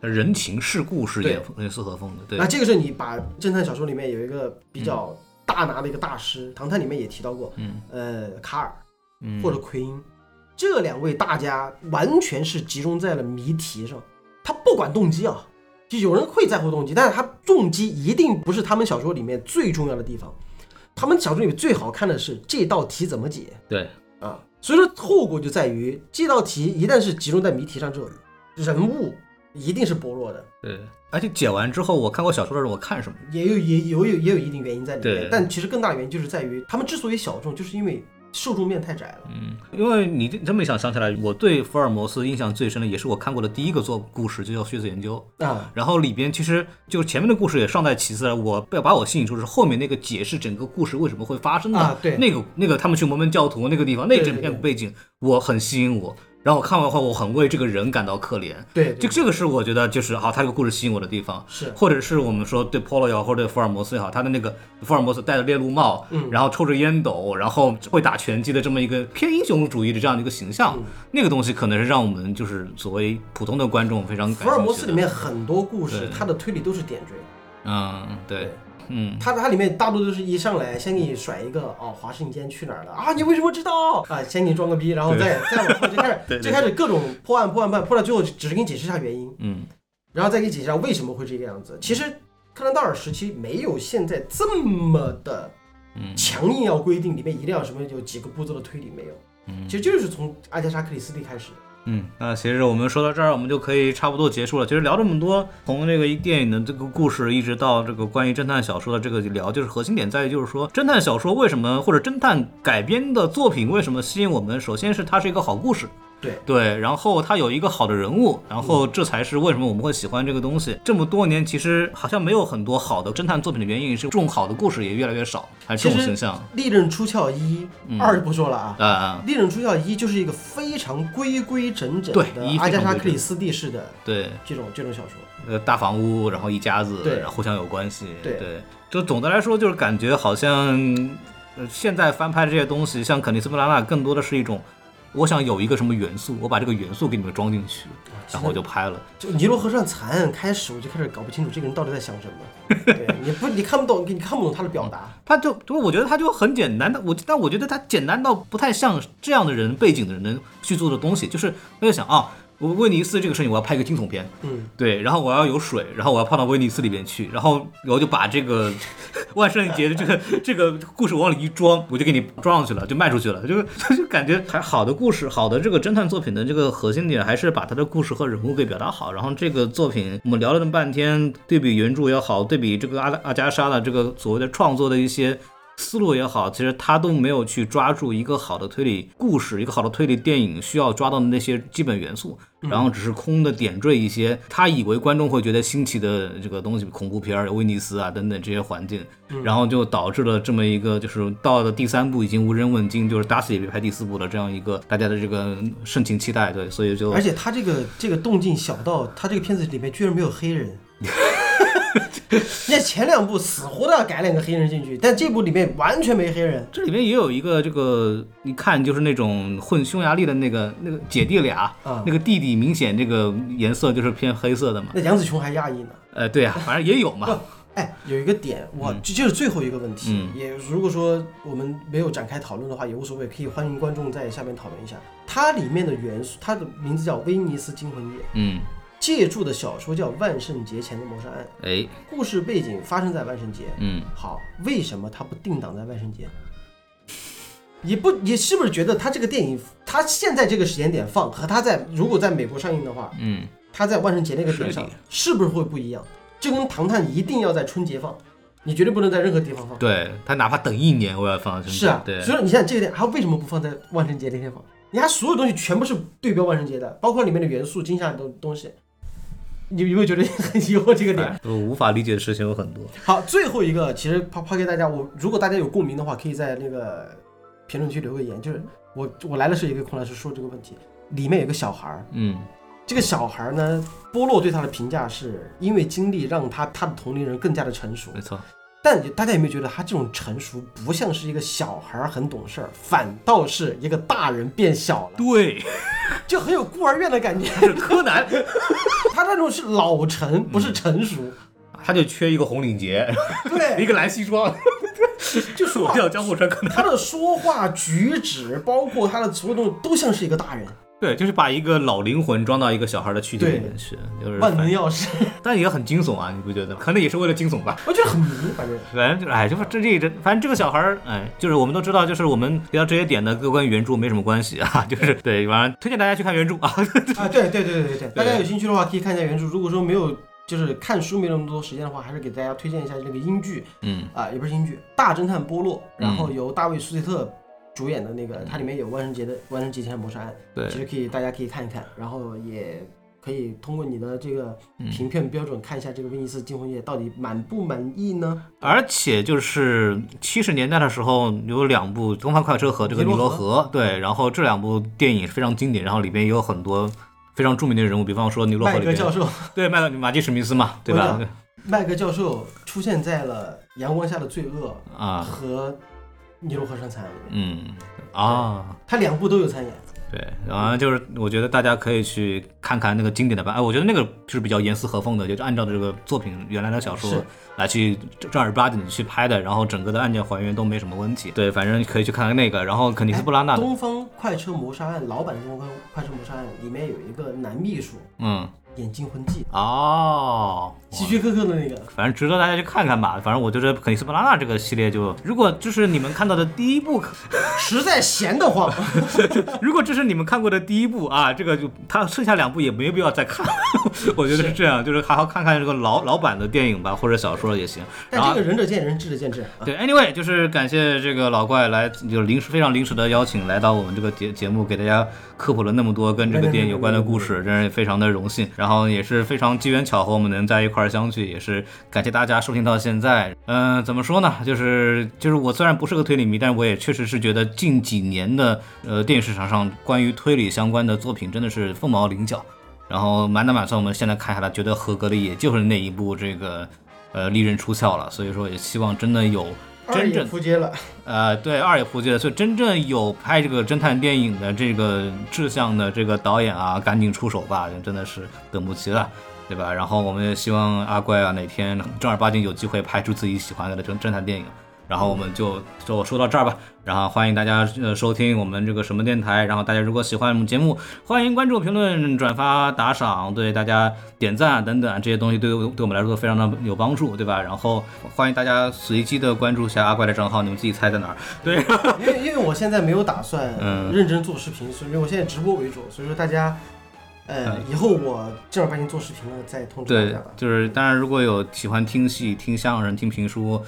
Speaker 2: 人情世故是
Speaker 1: 对
Speaker 2: 严严丝合缝的，对
Speaker 1: 那，这个时候你把侦探小说里面有一个比较大拿的一个大师，唐探里面也提到过，
Speaker 2: 嗯
Speaker 1: 呃，卡尔
Speaker 2: 嗯
Speaker 1: 或者奎因，这两位大家完全是集中在了谜题上，他不管动机啊，就有人会在乎动机，但是他动机一定不是他们小说里面最重要的地方。他们小说里面最好看的是这道题怎么解
Speaker 2: 对，
Speaker 1: 啊，所以说后果就在于这道题一旦是集中在谜题上之后，人物一定是薄弱的，
Speaker 2: 对，而且解完之后，我看过小说的人，我看什么？
Speaker 1: 也有也有有也有一定原因在里面
Speaker 2: 对，
Speaker 1: 但其实更大的原因就是在于他们之所以小众，就是因为受众面太窄了。
Speaker 2: 嗯，因为你这这么一想，想起来，我对福尔摩斯印象最深的，也是我看过的第一个作故事，就叫《血色研究》。
Speaker 1: 啊，
Speaker 2: 然后里边其实就前面的故事也尚在其次了，我被把我吸引住是后面那个解释整个故事为什么会发生的，
Speaker 1: 啊对
Speaker 2: 那个那个他们去摩门教徒那个地方那
Speaker 1: 对
Speaker 2: 整
Speaker 1: 对
Speaker 2: 片
Speaker 1: 对
Speaker 2: 背景，我很吸引我。然后我看完后，我很为这个人感到可怜。
Speaker 1: 对
Speaker 2: 就这个是我觉得就是啊，他这个故事吸引我的地方，
Speaker 1: 是
Speaker 2: 或者是我们说对 Polo 也好，或者对福尔摩斯也好，他的那个福尔摩斯戴着猎鹿帽，
Speaker 1: 嗯
Speaker 2: 然后抽着烟斗，然后会打拳击的这么一个偏英雄主义的这样的一个形象，
Speaker 1: 嗯
Speaker 2: 那个东西可能是让我们就是所谓普通的观众非常感兴趣
Speaker 1: 福
Speaker 2: 的
Speaker 1: 尔摩斯里，面很多故事
Speaker 2: 对，
Speaker 1: 它的推理都是点缀。
Speaker 2: 嗯，对
Speaker 1: 对，
Speaker 2: 嗯，
Speaker 1: 它它里面大多都是一上来先给你甩一个哦，华盛顿去哪儿了啊？你为什么知道啊？先给你装个逼，然后再再往后就开
Speaker 2: 对
Speaker 1: 始
Speaker 2: 对
Speaker 1: 就开始各种破案破案破案，破到最后只是给你解释一下原因，
Speaker 2: 嗯，
Speaker 1: 然后再给你解释一下为什么会这个样子。其实柯南道尔时期没有现在这么的
Speaker 2: 嗯
Speaker 1: 强硬要规定里面一定要什么有几个步骤的推理没有，其实就是从阿加莎克里斯蒂开始。
Speaker 2: 嗯，那其实我们说到这儿，我们就可以差不多结束了。其实聊这么多，从这个一电影的这个故事，一直到这个关于侦探小说的这个聊，就是核心点在于，就是说侦探小说为什么或者侦探改编的作品为什么吸引我们？首先是它是一个好故事，
Speaker 1: 对，
Speaker 2: 对，然后它有一个好的人物，然后
Speaker 1: 嗯
Speaker 2: 这才是为什么我们会喜欢这个东西。这么多年，其实好像没有很多好的侦探作品的原因是，这种好的故事也越来越少，还是这种
Speaker 1: 其实
Speaker 2: 形象。
Speaker 1: 利刃出鞘一、二就不说了啊，
Speaker 2: 啊、
Speaker 1: 《利刃出鞘一》就是一个非常规规整整
Speaker 2: 对
Speaker 1: 的
Speaker 2: 一
Speaker 1: 阿
Speaker 2: 非常
Speaker 1: 加莎·
Speaker 2: 规整
Speaker 1: 克里斯蒂式的
Speaker 2: 对，
Speaker 1: 这种这种小说。
Speaker 2: 呃，大房屋，然后一家子，
Speaker 1: 对
Speaker 2: 然后互相有关系，
Speaker 1: 对
Speaker 2: 就总的来说，就是感觉好像，呃，现在翻拍这些东西，像肯尼斯布拉纳，更多的是一种，我想有一个什么元素，我把这个元素给你们装进去，
Speaker 1: 哦
Speaker 2: 然后我就拍了。
Speaker 1: 就《尼罗河上惨案》开始，我就开始搞不清楚这个人到底在想什么。对，你不你看不懂，你看不懂他的表达。
Speaker 2: 他就，就我觉得他就很简单的，我但我觉得他简单到不太像这样的人背景的人能去做的东西，就是我在想啊，我威尼斯这个事情，我要拍一个惊悚片，
Speaker 1: 嗯，
Speaker 2: 对，然后我要有水，然后我要泡到威尼斯里面去，然后我就把这个 万圣节的这个这个故事往里一装，我就给你装上去了，就卖出去了，就是 就感觉还好的故事，好的这个侦探作品的这个核心点还是把它的故事和人物给表达好。然后这个作品我们聊了这么半天，对比原著也好，对比这个阿拉阿加莎的这个所谓的创作的一些。思路也好，其实他都没有去抓住一个好的推理故事，一个好的推理电影需要抓到的那些基本元素，然后只是空的点缀一些他以为观众会觉得新奇的这个东西，恐怖片儿、威尼斯啊等等这些环境，然后就导致了这么一个就是到了第三部已经无人问津，就是打死也别拍第四部了这样一个大家的这个盛情期待，对，所以就
Speaker 1: 而且他这个这个动静小到，他这个片子里面居然没有黑人。 那前两部死活都要改两个黑人进去，但这部里面完全没黑人。
Speaker 2: 这里面也有一个这个，一看就是那种混匈牙利的那个那个姐弟俩，
Speaker 1: 嗯
Speaker 2: 那个弟弟明显这个颜色就是偏黑色的嘛，
Speaker 1: 那杨紫琼还压抑呢。
Speaker 2: 呃，对啊，反正也有 嘛，
Speaker 1: 哎，有一个点，我这就是最后一个问题。
Speaker 2: 嗯
Speaker 1: 也如果说我们没有展开讨论的话，也无所谓，可以欢迎观众在下面讨论一下。它里面的元素，它的名字叫《威尼斯惊魂夜》，
Speaker 2: 嗯，
Speaker 1: 借助的小说叫《万圣节前的谋杀案
Speaker 2: 哎，》，
Speaker 1: 故事背景发生在万圣节。
Speaker 2: 嗯，
Speaker 1: 好，为什么它不定档在万圣节？你不，你是不是觉得它这个电影，它现在这个时间点放和它在如果在美国上映的话，
Speaker 2: 嗯，
Speaker 1: 它在万圣节那个点
Speaker 2: 是
Speaker 1: 上
Speaker 2: 的
Speaker 1: 是不是会不一样？就跟《唐探》一定要在春节放，你绝对不能在任何地方放。
Speaker 2: 对他哪怕等一年，我也要放进去
Speaker 1: 是啊，
Speaker 2: 对，
Speaker 1: 所以说你想想这个点，它为什么不放在万圣节那天放？你看所有东西全部是对标万圣节的，包括里面的元素、惊吓的东西。你有没有觉得很疑惑这个点？
Speaker 2: 哎我无法理解的事情有很多，
Speaker 1: 好，最后一个其实抛抛给大家，我如果大家有共鸣的话，可以在那个评论区留个言。就是我我来的时候也跟孔老师说这个问题，里面有个小孩儿，
Speaker 2: 嗯
Speaker 1: 这个小孩儿呢，波洛对他的评价是因为经历让他他的同龄人更加的成熟
Speaker 2: 没。错，
Speaker 1: 但大家有没有觉得他这种成熟不像是一个小孩儿很懂事儿，反倒是一个大人变小了，
Speaker 2: 对，
Speaker 1: 就很有孤儿院的感觉。
Speaker 2: 是柯南，
Speaker 1: 他那种是老成，不是成熟。
Speaker 2: 他就缺一个红领结，一
Speaker 1: 对，
Speaker 2: 个蓝西 装，
Speaker 1: 就是
Speaker 2: 我叫江户川柯南，
Speaker 1: 他的说话举止，包括他的所有东西，都像是一个 大人。
Speaker 2: 对，就是把一个老灵魂装到一个小孩的躯体里面去，就是
Speaker 1: 万
Speaker 2: 反
Speaker 1: 能钥匙，
Speaker 2: 但也很惊悚啊，你不觉得？可能也是为了惊悚吧。
Speaker 1: 我觉得很迷，反正
Speaker 2: 反正就是，哎，就是这这，反正这个小孩儿，哎，就是我们都知道，就是我们聊这些点呢，跟关于原著没什么关系啊， 就是对，完了推荐大家去看原著啊。
Speaker 1: 啊，对对对对对，大家有兴趣的话可以看一下原著。如果说没有，就是看书没那么多时间的话，还是给大家推荐一下那个英剧
Speaker 2: 嗯
Speaker 1: 啊、也不是英剧，《大侦探波洛》，然后由大卫·苏切特主演的那个，它里面有万圣节的万圣节前谋杀案，
Speaker 2: 对
Speaker 1: 其实可以大家可以看一看，然后也。可以通过你的这个
Speaker 2: 嗯
Speaker 1: 评片标准看一下这个威尼斯惊鸿夜到底满不满意呢？
Speaker 2: 而且就是七十年代的时候，有两部《东方快车》和这个《尼
Speaker 1: 尼
Speaker 2: 罗河》，对，然后这两部电影是非常经典，然后里边也有很多非常著名的人物，比方说《尼罗河》
Speaker 1: 麦
Speaker 2: 里
Speaker 1: 格教
Speaker 2: 边，
Speaker 1: 授，
Speaker 2: 对，麦克马基史密斯嘛，对
Speaker 1: 我
Speaker 2: 吧？
Speaker 1: 麦格教授出现在了《阳光下的罪恶》
Speaker 2: 啊，
Speaker 1: 和《尼罗河上惨案》里面，
Speaker 2: 嗯，啊，
Speaker 1: 他两部都有参演。
Speaker 2: 对，然后啊就是我觉得大家可以去看看那个经典的版，哎，我觉得那个是比较严丝合缝的，就是按照这个作品原来的小说
Speaker 1: 是
Speaker 2: 来去正儿八经去拍的，然后整个的案件还原都没什么问题。哎对，反正可以去看看那个，然后肯尼斯布拉纳
Speaker 1: 《
Speaker 2: 的，
Speaker 1: 东方快车谋杀案》老版《东方快车谋杀案》里面有一个男秘书
Speaker 2: 嗯，
Speaker 1: 演《惊魂记
Speaker 2: 哦，》，
Speaker 1: 希区柯克的那个。
Speaker 2: 反正值得大家去看看吧。反正我觉得肯尼斯布拉纳这个系列就，如果就是你们看到的第一部，
Speaker 1: 实在闲得 慌，
Speaker 2: 如果这是你们看过的第一部啊，这个就他剩下两部也没必要再看， 我觉得是这样，就是好好看看这个老老版的电影吧，或者小说也行。
Speaker 1: 但
Speaker 2: 然后
Speaker 1: 这个仁者见仁，智者见智。啊
Speaker 2: 对，anyway，就是感谢这个老怪来，就临时非常临时的邀请来到我们这个节节目，给大家科普了那么多跟这个电影有关的故事，真是非常的荣幸。然后也是非常机缘巧合，我们能在一块儿相聚，也是感谢大家收听到现在。嗯、怎么说呢？就是就是我虽然不是个推理迷，但我也确实是觉得近几年的呃电影市场上关于推理相关的作品真的是凤毛麟角。然后满打满算，我们现在看下来，觉得合格的也就是那一部这个。呃，利刃出鞘了，所以说也希望真的有
Speaker 1: 二
Speaker 2: 啊真
Speaker 1: 啊也
Speaker 2: 正
Speaker 1: 扑街 了，
Speaker 2: 呃，对，二野扑街的，所以真正有拍这个侦探电影的这个志向的这个导演啊，赶紧出手吧，真的是等不及了，对吧？然后我们也希望阿怪啊哪天正儿八经有机会拍出自己喜欢的侦侦探电影。然后我们就就说到这儿吧，然后欢迎大家呃收听我们这个什么电台，然后大家如果喜欢我们节目，欢迎关注、评论、转发、打赏，对大家点赞啊等等这些东西对我对我们来说非常的有帮助，对吧？然后欢迎大家随机的关注一下阿怪的账号，你们自己猜在哪儿？对，
Speaker 1: 因为因为我现在没有打算
Speaker 2: 嗯
Speaker 1: 认真做视频，所以我现在直播为主，所以说大家，呃，
Speaker 2: 嗯
Speaker 1: 以后我正儿八经做视频了再通知大
Speaker 2: 对
Speaker 1: 家吧，。
Speaker 2: 就是当然，如果有喜欢听戏、听相声、听评书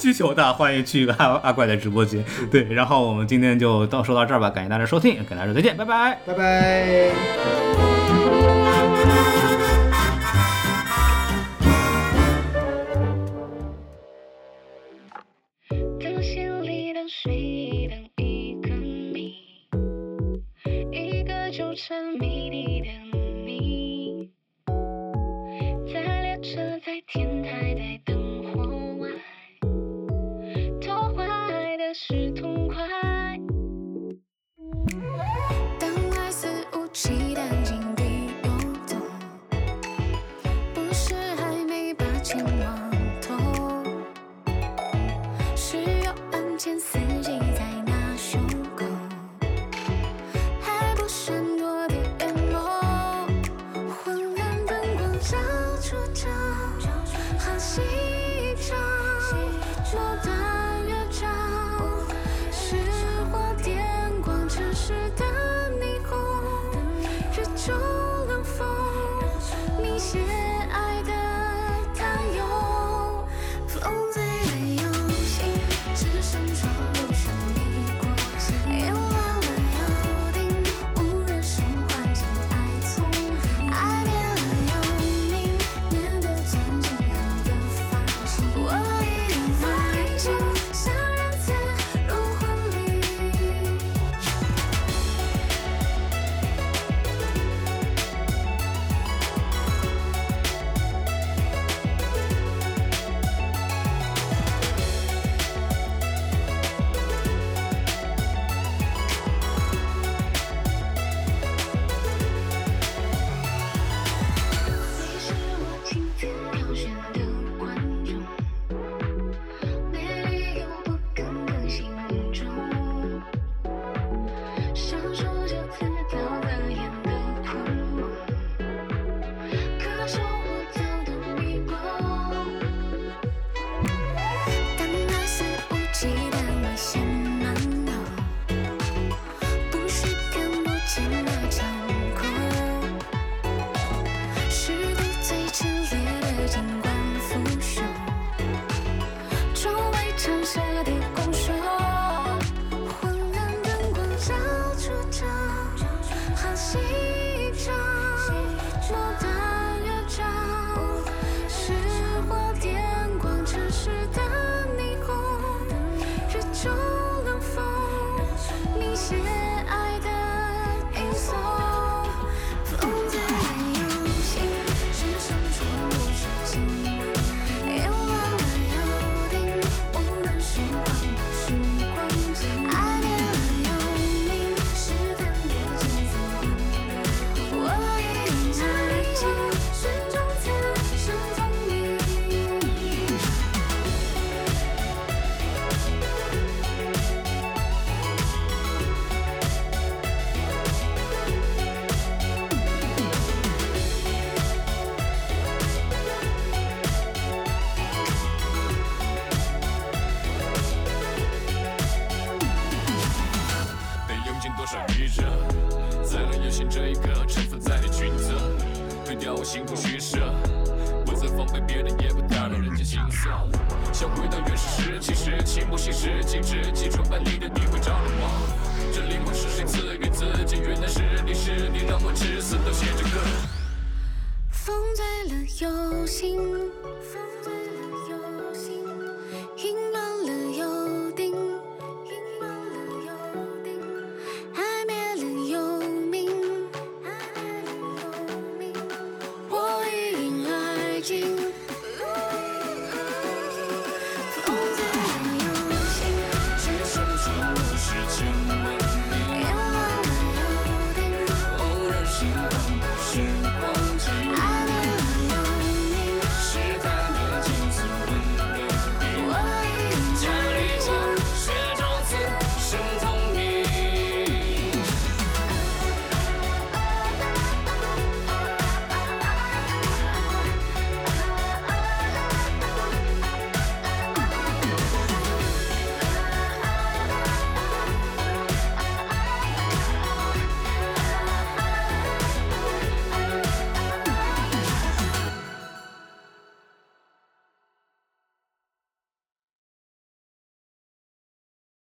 Speaker 2: 需求的，欢迎去阿阿怪的直播间。对，然后我们今天就到说到这儿吧，感谢大家收听，感谢大家再见，拜拜。
Speaker 1: 拜拜。
Speaker 3: 的心里等谁等一个你，一个纠缠迷离的你，在列车在天台在灯火外，偷坏的是痛快。当爱肆无忌惮进地涌动，不是还没把情忘透。是有暗箭刺激在那胸口，还不闪躲的眼眸，昏暗灯光照出照，好戏一场，莫大乐章，是花电光城市的霓虹，日中冷风，明显爱的他有。风醉的游戏，只剩床路上你过身，也忘了约定，无人生唤醒爱从爱变了又明，
Speaker 4: 形同虚设。不再防备别人，也不打扰人家景色。想回到原始时期，时期不信时期，知己崇拜你的你会找到我。这灵魂是谁赐予自己？原来是你，是你让我至死都写着歌。
Speaker 3: 风醉了有心，